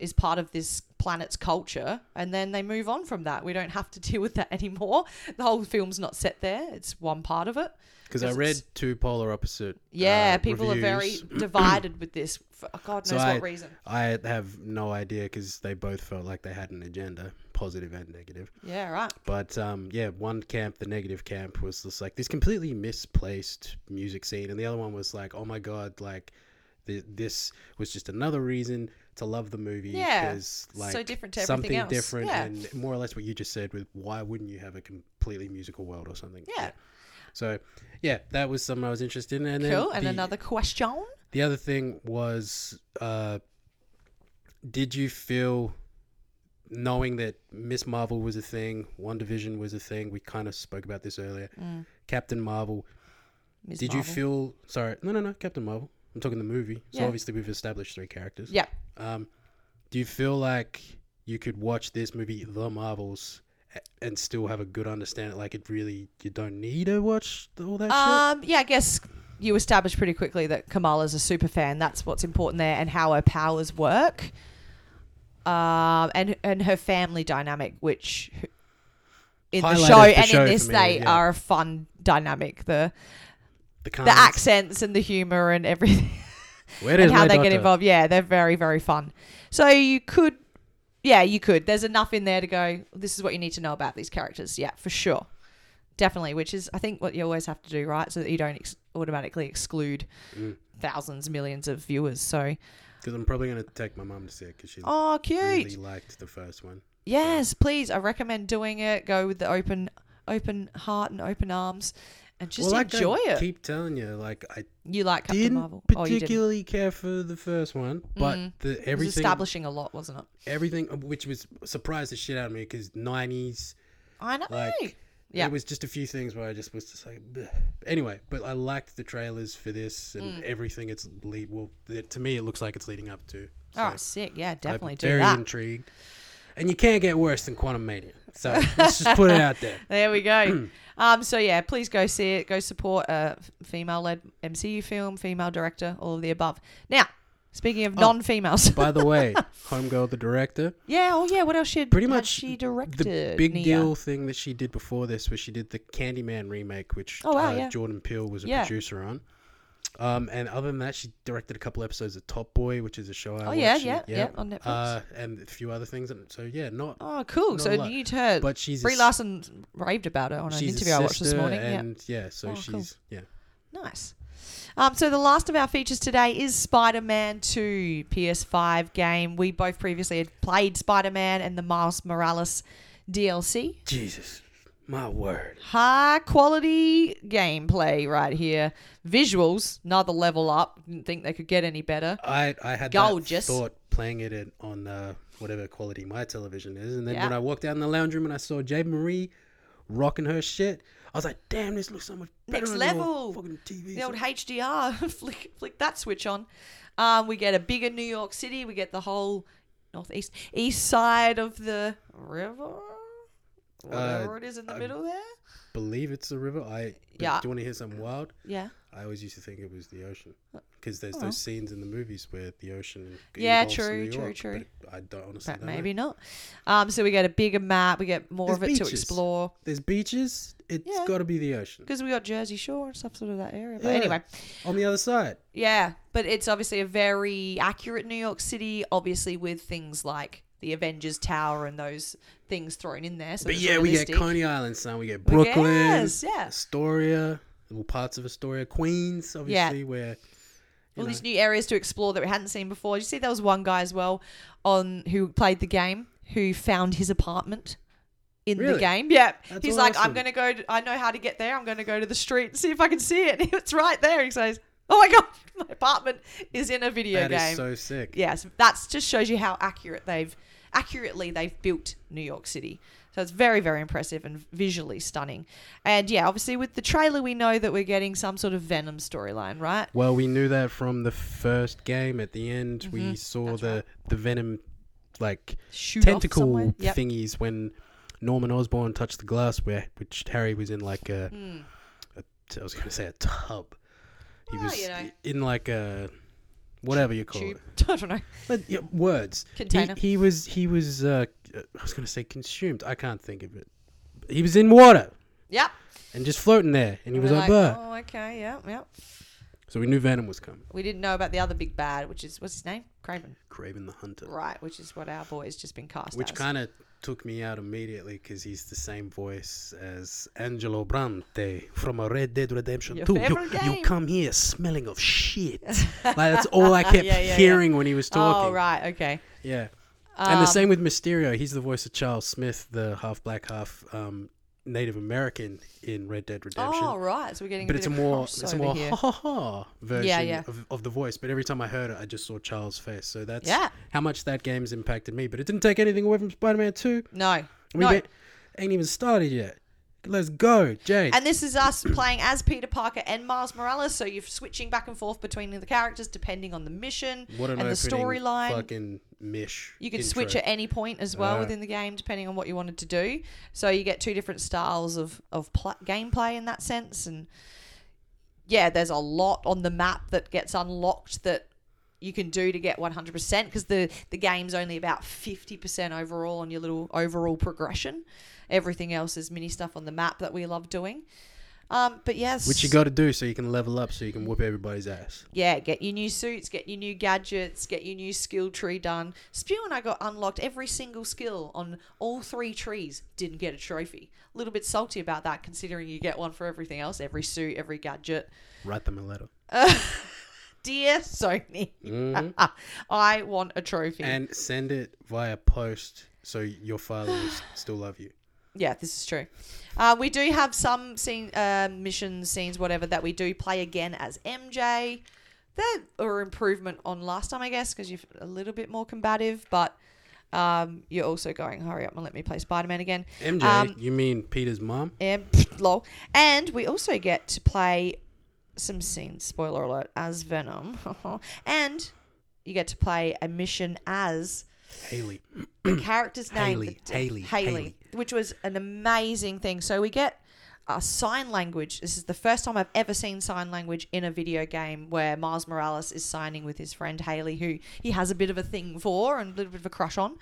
S2: is part of this planet's culture and then they move on from that we don't have to deal with that anymore the whole film's not set there it's one part of it
S1: Because I
S2: Because
S1: read
S2: it's-
S1: two polar opposite.
S2: yeah,
S1: uh,
S2: people are very
S1: reviews.
S2: divided with this for oh, God knows
S1: So
S2: what
S1: I,
S2: reason.
S1: I have no idea because they both felt like they had an agenda, positive and negative.
S2: Yeah, right.
S1: But um, yeah, one camp, the negative camp, was just like this completely misplaced music scene, and the other one was like, oh my god, like th- this was just another reason to love the movie.
S2: Yeah.
S1: 'cause,
S2: So
S1: like
S2: different to everything
S1: something
S2: else.
S1: different,
S2: Yeah.
S1: and more or less what you just said with why wouldn't you have a completely musical world or something?
S2: Yeah.
S1: So yeah, that was something I was interested in, and
S2: Cool.
S1: then
S2: And
S1: the-
S2: another question.
S1: the other thing was, uh, did you feel knowing that Miss Marvel was a thing, One Division was a thing? We kind of spoke about this earlier. Captain Marvel.
S2: Ms.
S1: did
S2: Mm. Marvel.
S1: you feel? Sorry, no, no, no. Captain Marvel. I'm talking the movie. So
S2: Yeah.
S1: obviously we've established three characters.
S2: Yeah.
S1: Um, do you feel like you could watch this movie, The Marvels, a- and still have a good understanding? Like it really, you don't need to watch all that shit.
S2: Um. Yeah. I guess you established pretty quickly that Kamala's a super fan. That's what's important there, and how her powers work. Um. And and her family dynamic, which in the
S1: Highlighted
S2: show
S1: the
S2: and
S1: show
S2: in
S1: for
S2: this,
S1: me,
S2: they
S1: yeah.
S2: are a fun dynamic. The
S1: The,
S2: the
S1: cons-
S2: accents and the humor and everything.
S1: Where is
S2: and how
S1: my
S2: they get
S1: doctor?
S2: involved. Yeah, they're very, very fun. So you could, yeah, you could. There's enough in there to go, this is what you need to know about these characters. Yeah, for sure. Definitely, which is, I think, what you always have to do, right? So that you don't ex- automatically exclude
S1: Mm.
S2: thousands, millions of viewers. So,
S1: Because I'm probably gonna take my mum to see it because she
S2: oh, cute.
S1: really liked the first one.
S2: Yes, please. I recommend doing it. Go with the open, open heart and open arms and just
S1: like
S2: enjoy
S1: I
S2: it.
S1: Keep telling you, like I
S2: you like Captain
S1: didn't
S2: Marvel. Oh, you didn't. It
S1: particularly care for the first one, but the
S2: was
S1: everything,
S2: establishing a lot, wasn't it?
S1: everything, uh, which was surprised the shit out of me because '90s,
S2: I know.
S1: like,
S2: Yeah.
S1: it was just a few things where I just was just like, "Bleh." anyway. But I liked the trailers for this and
S2: Mm.
S1: everything. It's lead well it, to me, it looks like it's leading up to. So
S2: Oh, sick. Yeah, definitely
S1: I'm
S2: do
S1: very
S2: that.
S1: intrigued, and you can't get worse than Quantum Mania. So let's just put it out there.
S2: There we go. um, so yeah, please go see it. Go support a f- female-led MCU film, female director, all of the above. Now, speaking
S1: Oh.
S2: of non-females,
S1: By the way, Homegirl, the director,
S2: yeah, oh yeah, what else she
S1: pretty
S2: had
S1: much
S2: she directed
S1: the big
S2: Nia?
S1: deal thing that she did before this was she did the Candyman remake, which
S2: Oh, wow,
S1: uh,
S2: yeah.
S1: Jordan Peele was a
S2: Yeah.
S1: producer on. Um, and other than that, she directed a couple episodes of Top Boy, which is a show I
S2: Oh,
S1: watch.
S2: yeah,
S1: and-
S2: yeah, yeah, on Netflix.
S1: Uh, and a few other things. And so yeah, not.
S2: Oh, cool.
S1: Not a
S2: so
S1: lot.
S2: you her.
S1: But she's a
S2: Brie
S1: s-
S2: Larson raved about it on an
S1: she's a
S2: interview I watched this
S1: sister
S2: morning. yeah.
S1: And yeah, so
S2: Oh, cool.
S1: she's yeah.
S2: Nice. Um, so the last of our features today is Spider-Man 2 PS5 game. We both previously had played Spider-Man and the Miles Morales DLC.
S3: Jesus, my word.
S2: High quality gameplay right here. Visuals, another level up. Didn't think they could get any better.
S1: I I had
S2: Gorgeous.
S1: that thought playing it in- on uh, whatever quality my television is, and then
S2: Yeah.
S1: when I walked out in the lounge room and I saw Jade Marie rocking her shit, I was like, "Damn, this looks so much better
S2: Next
S1: on the old
S2: level.
S1: fucking TV."
S2: The old HDR, flick, flick that switch on. Um, we get a bigger New York City. We get the whole northeast east side of the river,
S1: Uh,
S2: whatever it is in the middle there.
S1: believe it's the river. I
S2: Yeah.
S1: Do you want to hear something wild?
S2: Yeah.
S1: I always used to think it was the ocean because there's those scenes in the movies where the ocean.
S2: Oh. Yeah,
S1: involves
S2: true,
S1: New
S2: true,
S1: York,
S2: true.
S1: but I don't honestly.
S2: But
S1: don't know.
S2: maybe not. Um, so we get a bigger map. We get more
S1: There's
S2: of it to
S1: beaches.
S2: explore
S1: There's beaches. It's
S2: Yeah.
S1: got to be the ocean
S2: because we got Jersey Shore and stuff sort of that area. But
S1: Yeah.
S2: anyway,
S1: on the other side.
S2: yeah. But it's obviously a very accurate New York City, obviously with things like the Avengers Tower and those things thrown in there. So
S1: But
S2: it's
S1: yeah, we get
S2: realistic.
S1: Coney Island, son. We get Brooklyn,
S2: Yes, yeah.
S1: Astoria, little parts of Astoria, Queens, obviously, where
S2: all these new areas to explore that we hadn't seen before. Did you see there was one guy as well on who played the game who found his apartment in the
S1: Really?
S2: game. Yeah,
S1: That's
S2: he's like, I'm
S1: awesome.
S2: gonna go. To, I know how to get there. I'm gonna go to the street and see if I can see it. It's right there. He says, Oh my god, my apartment is in a video
S1: that is
S2: game.
S1: so sick.
S2: yes, that's just shows you how accurate they've accurately they've built New York City. So it's very very impressive and visually stunning. And yeah, obviously with the trailer we know that we're getting some sort of Venom storyline, right?
S1: Well, we knew that from the first game. At the end, we saw the the Venom like
S2: Mm-hmm. Shoot off somewhere.
S1: tentacle
S2: Yep.
S1: thingies when Norman Osborn touched the glass, where which Harry was in like a,
S2: Hmm.
S1: a I was going to say a tub. He
S2: Well,
S1: was
S2: Ah, you know.
S1: in like a whatever you call it.
S2: tube. I don't know.
S1: But yeah, words. He-
S2: Container.
S1: He, was he was uh, I was gonna say consumed. I can't think of it. He was in water
S2: Yep.
S1: and just floating there, and he was
S2: We're
S1: like, "Bah."
S2: oh, okay, yeah, yeah.
S1: So we knew Venom was coming.
S2: We didn't know about the other big bad, which is what's his name, Craven,
S1: Craven the Hunter,
S2: right? Which is what our boy's just been cast
S1: which
S2: as.
S1: kind of took me out immediately because he's the same voice as Angelo Brante from A Red Dead Redemption
S2: Your
S1: Two. You,
S2: favorite
S1: you
S2: game.
S1: come here smelling of shit. like that's all I kept
S2: Yeah, yeah, yeah.
S1: hearing when he was talking.
S2: oh, right, Um, okay.
S1: Yeah. And the same with Mysterio. He's the voice of Charles Smith, the half black, half um, Native American in Red Dead Redemption.
S2: Oh, right. So we're getting.
S1: But
S2: a
S1: it's
S2: bit
S1: a
S2: of
S1: more, it's a
S2: crossover
S1: more
S2: here.
S1: ha ha ha version
S2: yeah.
S1: Of, of the voice. But every time I heard it, I just saw Charles' face. So that's
S2: Yeah.
S1: how much that game's impacted me. But it didn't take anything away from Spider Man 2.
S2: No,
S1: We
S2: no.
S1: ba- ain't even started yet. Let's go, Jade.
S2: And this is us playing as Peter Parker and Miles Morales, so you're switching back and forth between the characters depending on the mission
S1: what an
S2: and the
S1: opening
S2: storyline.
S1: fucking mish.
S2: You can
S1: intro.
S2: switch at any point as well
S1: Ah.
S2: within the game, depending on what you wanted to do. So you get two different styles of of pl- gameplay in that sense, and yeah, there's a lot on the map that gets unlocked that you can do to get 100% because the the game's only about 50% overall on your little overall progression. Everything else is mini stuff on the map that we love doing. Um, but yes,
S1: Which you got to do so you can level up, so you can whoop everybody's ass.
S2: yeah, get your new suits, get your new gadgets, get your new skill tree done. Spew and I got unlocked every single skill on all three trees. Didn't get a trophy. A little bit salty about that, considering you get one for everything else, every suit, every gadget.
S1: Write them a letter.
S2: Dear Sony, I want a trophy.
S1: and send it via post so your father will s- still love you.
S2: Yeah, this is true. Uh, we do have some scene, uh, missions, scenes, whatever that we do play again as MJ. That are improvement on last time, I guess, because you're a little bit more combative, but um, you're also going, hurry up and let me play Spider Man again.
S1: MJ,
S2: Um,
S1: you mean Peter's mom?
S2: and, lol. and we also get to play some scenes, spoiler alert, as Venom. and you get to play a mission as
S1: Haley.
S2: character's name
S1: Hayley,
S2: that-
S1: Hayley, Hayley.
S2: which was an amazing thing. So we get uh, sign language. This is the first time I've ever seen sign language in a video game where Miles Morales is signing with his friend Haley, who he has a bit of a thing for and a little bit of a crush on.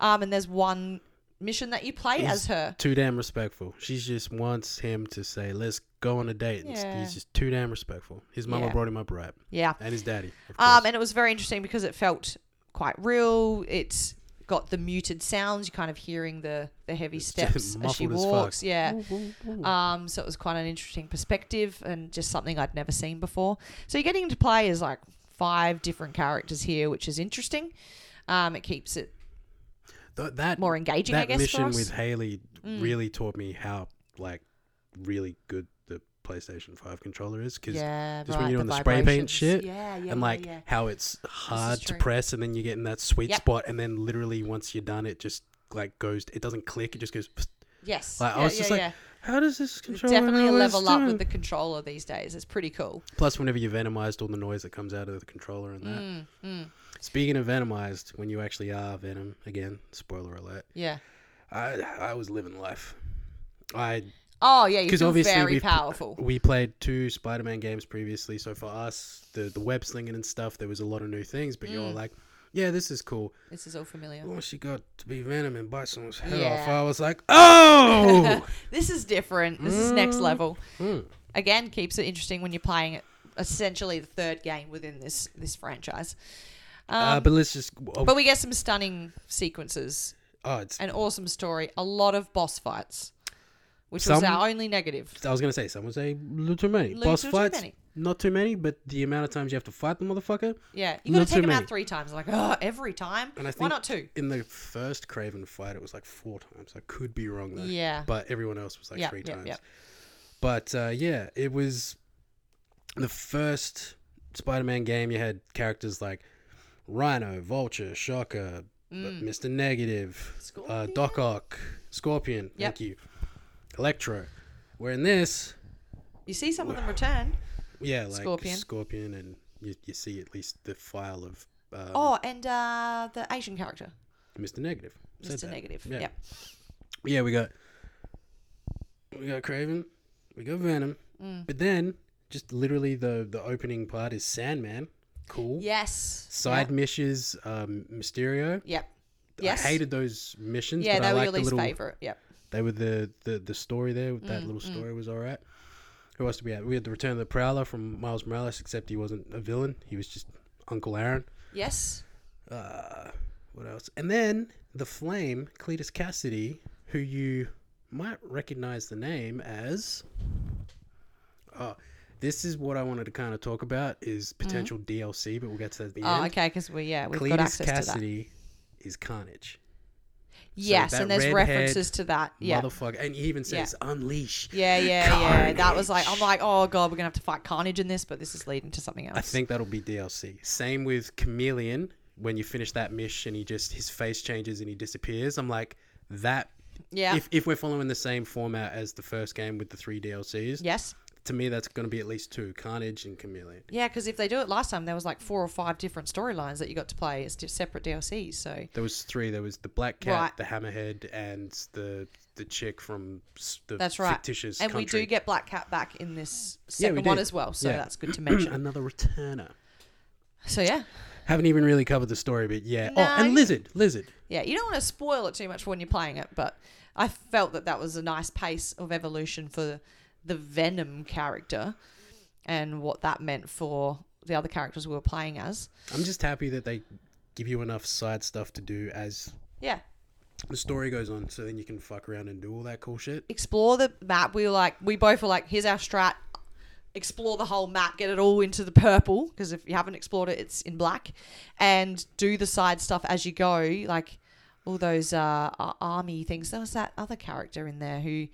S2: Um, and there's one mission that you play as her.
S1: Too damn respectful. She just wants him to say, "Let's go on a date." And
S2: Yeah.
S1: He's just too damn respectful. His mama
S2: Yeah.
S1: brought him up right,
S2: Yeah.
S1: and his daddy. of
S2: Um,
S1: course.
S2: and it was very interesting because it felt quite real. It's got the muted sounds. You're kind of hearing the, the heavy
S1: It's
S2: steps as she
S1: muffled as fuck.
S2: walks. Yeah. Um, so it was quite an interesting perspective and just something I'd never seen before. So you're getting to play as like five different characters here, which is interesting. Um, it keeps it
S1: Th- that
S2: more engaging, I
S1: That
S2: guess, Mm. for
S1: mission
S2: us.
S1: with Haley really taught me how like really good the PlayStation Five controller is because
S2: yeah,
S1: just
S2: right,
S1: when you're
S2: the
S1: doing the spray paint
S2: vibrations.
S1: shit
S2: Yeah, yeah,
S1: and like
S2: yeah, yeah.
S1: how it's hard to
S2: true.
S1: press and then you get in that sweet
S2: Yep.
S1: spot and then literally once you're done it just like goes it doesn't click it just goes pfft.
S2: yes,
S1: like
S2: yeah,
S1: I was
S2: yeah,
S1: just like
S2: yeah.
S1: how does this
S2: There's
S1: controller
S2: definitely a
S1: know what it's
S2: level up with the
S1: doing?"
S2: controller these days. It's pretty cool.
S1: plus whenever you venomized all the noise that comes out of the controller and that
S2: Mm, mm,
S1: speaking of venomized when you actually are venom again spoiler alert
S2: yeah.
S1: I I was living life I
S2: Oh yeah, you
S1: because
S2: feel
S1: obviously
S2: very
S1: we've pl-
S2: powerful.
S1: we played two Spider-Man games previously, so for us, the the web slinging and stuff, there was a lot of new things. But
S2: Mm.
S1: you're like, yeah, this is cool.
S2: This is all familiar.
S1: But When she got to be Venom and bite someone's head off,
S2: Yeah.
S1: I was like, oh,
S2: This is different. This is next level.
S1: Mm.
S2: Again, keeps it interesting when you're playing it. Essentially, the third game within this this franchise. Um,
S1: uh,
S2: but,
S1: but let's just. Oh,
S2: we get some stunning sequences,
S1: oh, it's.
S2: an awesome story, a lot of boss fights, which was
S1: Some-
S2: our only negative.
S1: I was gonna say, some would say little too many
S2: Little
S1: boss
S2: too
S1: fights.
S2: many.
S1: Not too many, but the amount of times you have to fight the motherfucker.
S2: Yeah, you got
S1: Not
S2: to take
S1: too
S2: them
S1: many.
S2: out three times. Like, oh, every time.
S1: And I think
S2: Why not two?
S1: In the first Craven fight, it was like four times. I could be wrong though.
S2: Yeah.
S1: But everyone else was like
S2: Yep,
S1: three
S2: yep,
S1: times.
S2: yep.
S1: But uh, yeah, it was the first Spider-Man game. You had characters like Rhino, Vulture, Shocker,
S2: Mm.
S1: Mister Negative, uh, Doc Ock, Scorpion.
S2: Yep.
S1: Thank you. Electro. Where in this,
S2: You see some of them return.
S1: yeah, like
S2: Scorpion.
S1: Scorpion, and you, you see at least the file of um,
S2: Oh, and uh, the Asian character,
S1: Mister Negative. Said
S2: Mr.
S1: that.
S2: Negative.
S1: Yeah.
S2: Yep.
S1: Yeah, we got we got Craven, we got Venom,
S2: Mm.
S1: but then just literally the the opening part is Sandman, cool.
S2: Yes.
S1: Side missions, um, Mysterio.
S2: Yep. Yes.
S1: I hated those missions.
S2: yeah,
S1: but
S2: they
S1: I
S2: were
S1: liked
S2: your
S1: the
S2: least
S1: little,
S2: favorite. Mm, Yep.
S1: They were the the the story there. That little story was all right. Who else did we have? We had the Return of the Prowler from Miles Morales, except he wasn't a villain. He was just Uncle Aaron.
S2: Yes.
S1: Uh, what else? And then the Flame, Cletus Cassidy, who you might recognize the name as. Oh, this is what I wanted to kind of talk about is potential DLC, but we'll get to that at the
S2: Mm-hmm. Oh,
S1: end.
S2: okay, because we yeah we've got
S1: Cletus
S2: access to that.
S1: Cassidy is Carnage.
S2: Yes,
S1: that
S2: and there's
S1: redhead
S2: references to that. Yeah.
S1: Motherfucker. And he even
S2: Yeah.
S1: says, unleash.
S2: yeah, yeah, yeah. That was like I'm like, oh god, we're gonna have to fight Carnage in this, but this is leading to something else.
S1: I think that'll be DLC. Same with Chameleon. When you finish that mission, he just his face changes and he disappears. I'm like, that.
S2: Yeah.
S1: If, if we're following the same format as the first game with the three DLCs,
S2: yes.
S1: to me that's going to be at least two: Carnage and Chameleon.
S2: Yeah, because if they do it last time, there was like four or five different storylines that you got to play as di- separate DLCs. So
S1: There was three. There was the Black Cat,
S2: Right.
S1: the Hammerhead, and the the chick from s- the
S2: that's right.
S1: fictitious
S2: and
S1: country.
S2: we do get Black Cat back in this
S1: Yeah, we
S2: second one
S1: did.
S2: as well. So
S1: Yeah.
S2: that's good to mention.
S1: Hmm, another returner.
S2: so yeah,
S1: Haven't even really covered the story, but yeah.
S2: No,
S1: oh, and
S2: you-
S1: Lizard, Lizard.
S2: Yeah, you don't want to spoil it too much when you're playing it, but I felt that that was a nice pace of evolution for the Venom character and what that meant for the other characters we were playing as.
S1: I'm just happy that they give you enough side stuff to do as
S2: Yeah.
S1: the story goes on, so then you can fuck around and do all that cool shit.
S2: Explore the map. We were like, we both were like, here's our strat. Explore the whole map, get it all into the purple, because if you haven't explored it, it's in black. And do the side stuff as you go, like all those uh, a- army things. There was that other character in there who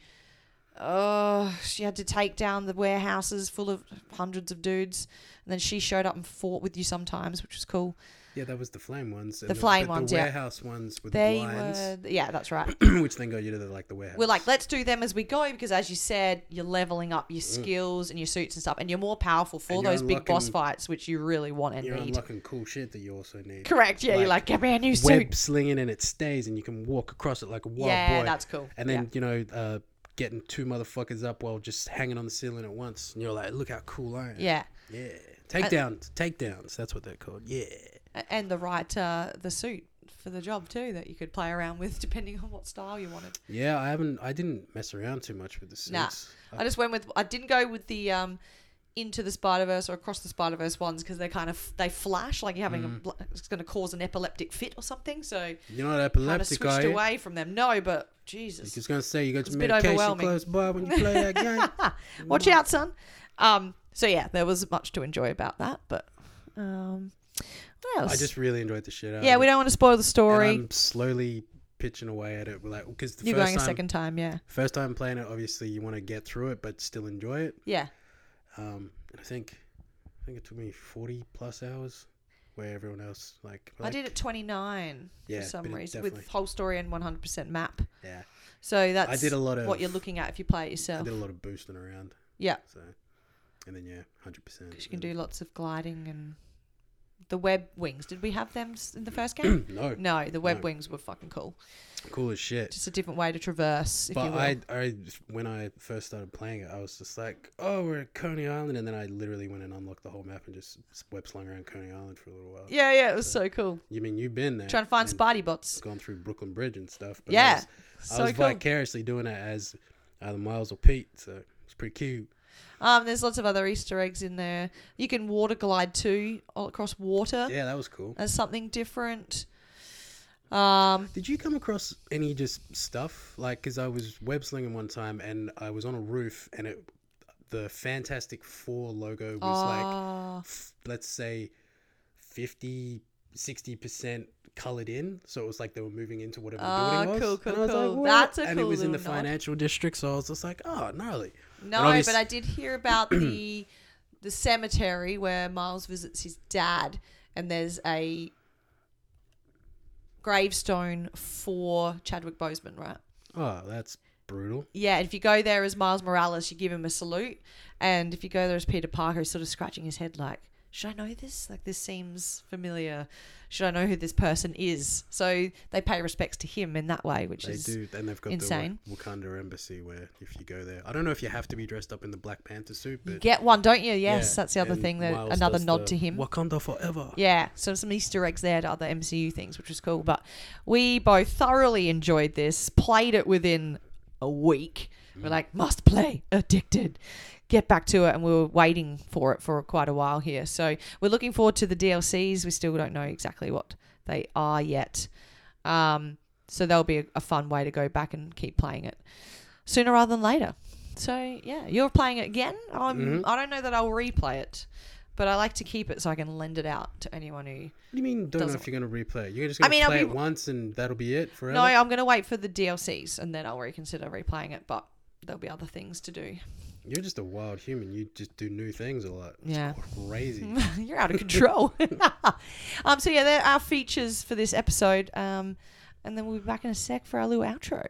S2: Oh, she had to take down the warehouses full of hundreds of dudes, and then she showed up and fought with you sometimes, which was cool.
S1: Yeah, that was the flame ones. and
S2: The flame
S1: but
S2: ones,
S1: The
S2: yeah.
S1: warehouse ones with
S2: They
S1: the blinds,
S2: were, yeah, that's right.
S1: which then got you to the, like the warehouse.
S2: We're like, let's do them as we go because, as you said, you're leveling up your skills and your suits and stuff, and you're more powerful for
S1: Mm. And you're
S2: those big boss
S1: unlocking-
S2: fights, which you really want and
S1: you're
S2: need.
S1: unlocking cool shit that you also need.
S2: Correct? Yeah, you're
S1: Like,
S2: like, get me a new suit.
S1: Web slinging and it stays, and you can walk across it like a wild boy.
S2: Yeah, that's cool.
S1: And then you know, uh, getting two motherfuckers up while just hanging on the ceiling at once, and you're like, look how cool I am.
S2: Yeah, Uh,
S1: Yeah. Takedowns. Takedowns. That's what they're called. Yeah.
S2: A- and the right, uh, the suit for the job too that you could play around with depending on what style you wanted.
S1: Yeah, I haven't. I didn't mess around too much with the suits.
S2: Nah. I
S1: I-
S2: just went with I didn't go with the um into the Spider Verse or across the Spider Verse ones because they kind of they flash like you're having
S1: Mm.
S2: a bl it's going to cause an epileptic fit or something. So
S1: you're not
S2: kind of
S1: epileptic, eh?
S2: switched
S1: are you?
S2: away from them. No, but Jesus,
S1: Just gonna say you got
S2: It's
S1: your
S2: a bit
S1: medication
S2: overwhelming.
S1: close by when you play that game.
S2: watch
S1: Mm.
S2: out, son. Um, so yeah, there was much to enjoy about that, but um, what else?
S1: I just really enjoyed the shit out.
S2: yeah,
S1: of
S2: we
S1: it.
S2: don't want to spoil the
S1: And
S2: story.
S1: I'm slowly pitching away at it, like because the
S2: You're
S1: first
S2: going a
S1: time,
S2: second time, yeah,
S1: first time playing it, obviously you want to get through it, but still enjoy it.
S2: yeah.
S1: Um, and I think, I think it took me forty plus hours, where everyone else like,
S2: I did at 29
S1: Yeah,
S2: for some
S1: but it
S2: reason with
S1: definitely-
S2: whole story and 100% map.
S1: Yeah,
S2: So that's
S1: did a lot of-
S2: what you're looking at if you play it
S1: I
S2: yourself.
S1: did a lot of boosting around.
S2: Yeah.
S1: So, and then yeah, hundred percent.
S2: Because you can do lots of gliding and the web wings. Did we have them s- in the first game?
S1: no,
S2: no, the web
S1: No.
S2: wings were fucking cool.
S1: cool as shit.
S2: Just a different way to traverse, if you
S1: But
S2: will.
S1: I, I, when I first started playing it, I was just like, "Oh, we're at Coney Island," and then I literally went and unlocked the whole map and just s- web slung around Coney Island for a little while.
S2: yeah, yeah, it was so cool.
S1: You mean you've been there?
S2: Trying to find
S1: Uh, and
S2: Spidey bots.
S1: Gone through Brooklyn Bridge and stuff. But
S2: Yeah,
S1: I was, I
S2: so
S1: was
S2: cool.
S1: vicariously doing it as either Miles or Pete, so it's pretty cute.
S2: Um, there's lots of other Easter eggs in there. You can water glide too, all across water.
S1: Yeah, that was cool.
S2: That's something different. Um,
S1: Did you come across any just stuff like? Because I was web slinging one time and I was on a roof and it, the Fantastic Four logo was like,
S2: uh,
S1: f- let's say, 50, 60 percent colored in. So it was like they were moving into whatever
S2: Ah,
S1: the building was.
S2: cool, cool,
S1: and I was
S2: cool.
S1: Like, "What?"
S2: That's a
S1: and it
S2: cool
S1: was in the
S2: little nod.
S1: financial district, so I was just like, oh, gnarly.
S2: no,
S1: obvious-
S2: but I did hear about the the cemetery where Miles visits his dad, and there's a gravestone for Chadwick Boseman, right?
S1: Oh, that's brutal.
S2: Yeah, if you go there as Miles Morales, you give him a salute, and if you go there as Peter Parker, he's sort of scratching his head like, "Should I know this? Like this seems familiar. Should I know who this person is?" So they pay respects to him in that way, which
S1: They
S2: is
S1: do, and they've got
S2: insane.
S1: the Wa- Wakanda embassy where if you go there, I don't know if you have to be dressed up in the Black Panther suit, but
S2: You get one, don't you?
S1: yeah,
S2: Yes, that's the other
S1: and
S2: thing. That
S1: Miles
S2: another
S1: does the
S2: nod to him.
S1: Wakanda forever.
S2: Yeah, so some Easter eggs there to other MCU things, which was cool. But we both thoroughly enjoyed this, played it within a week. We're like, must play, addicted. Get back to it, and we were waiting for it for quite a while here. So we're looking forward to the DLCs. We still don't know exactly what they are yet. Um, so that'll be a, a fun way to go back and keep playing it sooner rather than later. So yeah, you're playing it again. I'm. I don't know that I'll replay it, but I like to keep it so I can lend it out to anyone who.
S1: What do you mean? Don't know
S2: Doesn't-
S1: if you're gonna replay it. You're just
S2: I
S1: gonna
S2: mean, I'll
S1: play
S2: be-
S1: it once and that'll be it forever.
S2: No, I'm going to wait for the DLCs and then I'll reconsider replaying it. But there'll be other things to do.
S1: You're just a wild human. You just do new things a lot. It's
S2: Yeah.
S1: crazy.
S2: You're out of control. um. So yeah, there are features for this episode. Um, and then we'll be back in a sec for our little outro.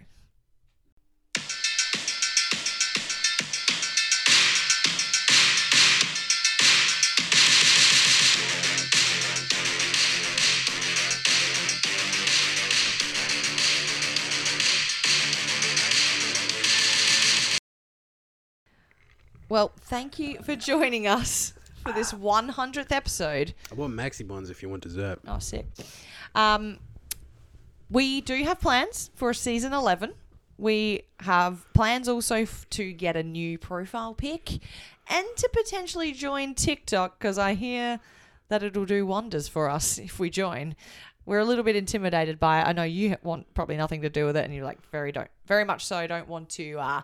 S2: Well, thank you for joining us for this 100th episode.
S1: I want maxi buns if you want dessert.
S2: Oh, sick. Um, we do have plans for season 11. We have plans also f- to get a new profile pic and to potentially join TikTok because I hear that it'll do wonders for us if we join. We're a little bit intimidated by it. I know you ha- want probably nothing to do with it, and you like very don't very much so don't want to uh,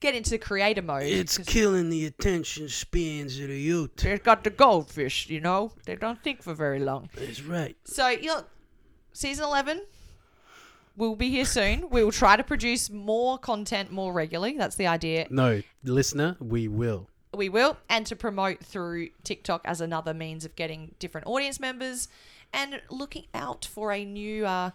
S2: get into the creator mode.
S3: It's killing the attention spans of the youth.
S2: They've got the goldfish, you know. They don't think for very long.
S3: That's right.
S2: So you know, season eleven will be here soon. We will try to produce more content more regularly. That's the idea.
S1: No, listener, we will.
S2: We will, and to promote through TikTok as another means of getting different audience members, and looking out for a new uh,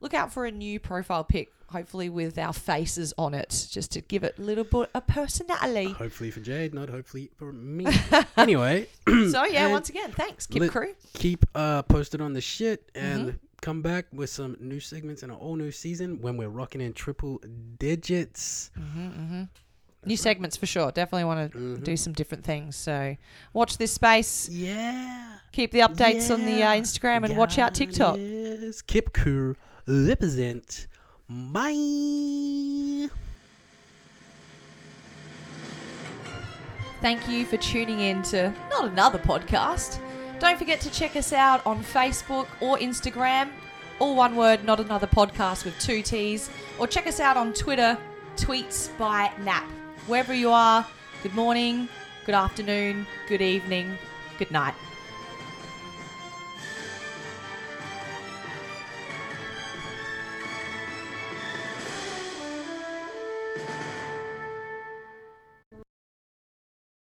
S2: look out for a new profile pic. Hopefully, with our faces on it, just to give it a little bit of personality.
S1: Hopefully for Jade, not hopefully for me. anyway,
S2: So yeah,
S1: And
S2: once again, thanks, Kip
S1: lit-
S2: Crew.
S1: keep uh, posted on the shit and come back with some new segments and a whole new season when we're rocking in triple digits.
S2: New segments for sure. Definitely want to do some different things. So watch this space.
S4: Yeah.
S2: Keep the updates on the uh, Instagram and uh, watch out TikTok.
S4: It
S1: Yes, Kip Koo represent. Bye.
S2: Thank you for tuning in to not another podcast. Don't forget to check us out on Facebook or Instagram, all one word, not another podcast with two T's, or check us out on Twitter, tweets by Nap. Wherever you are, good morning, good afternoon, good evening, good night.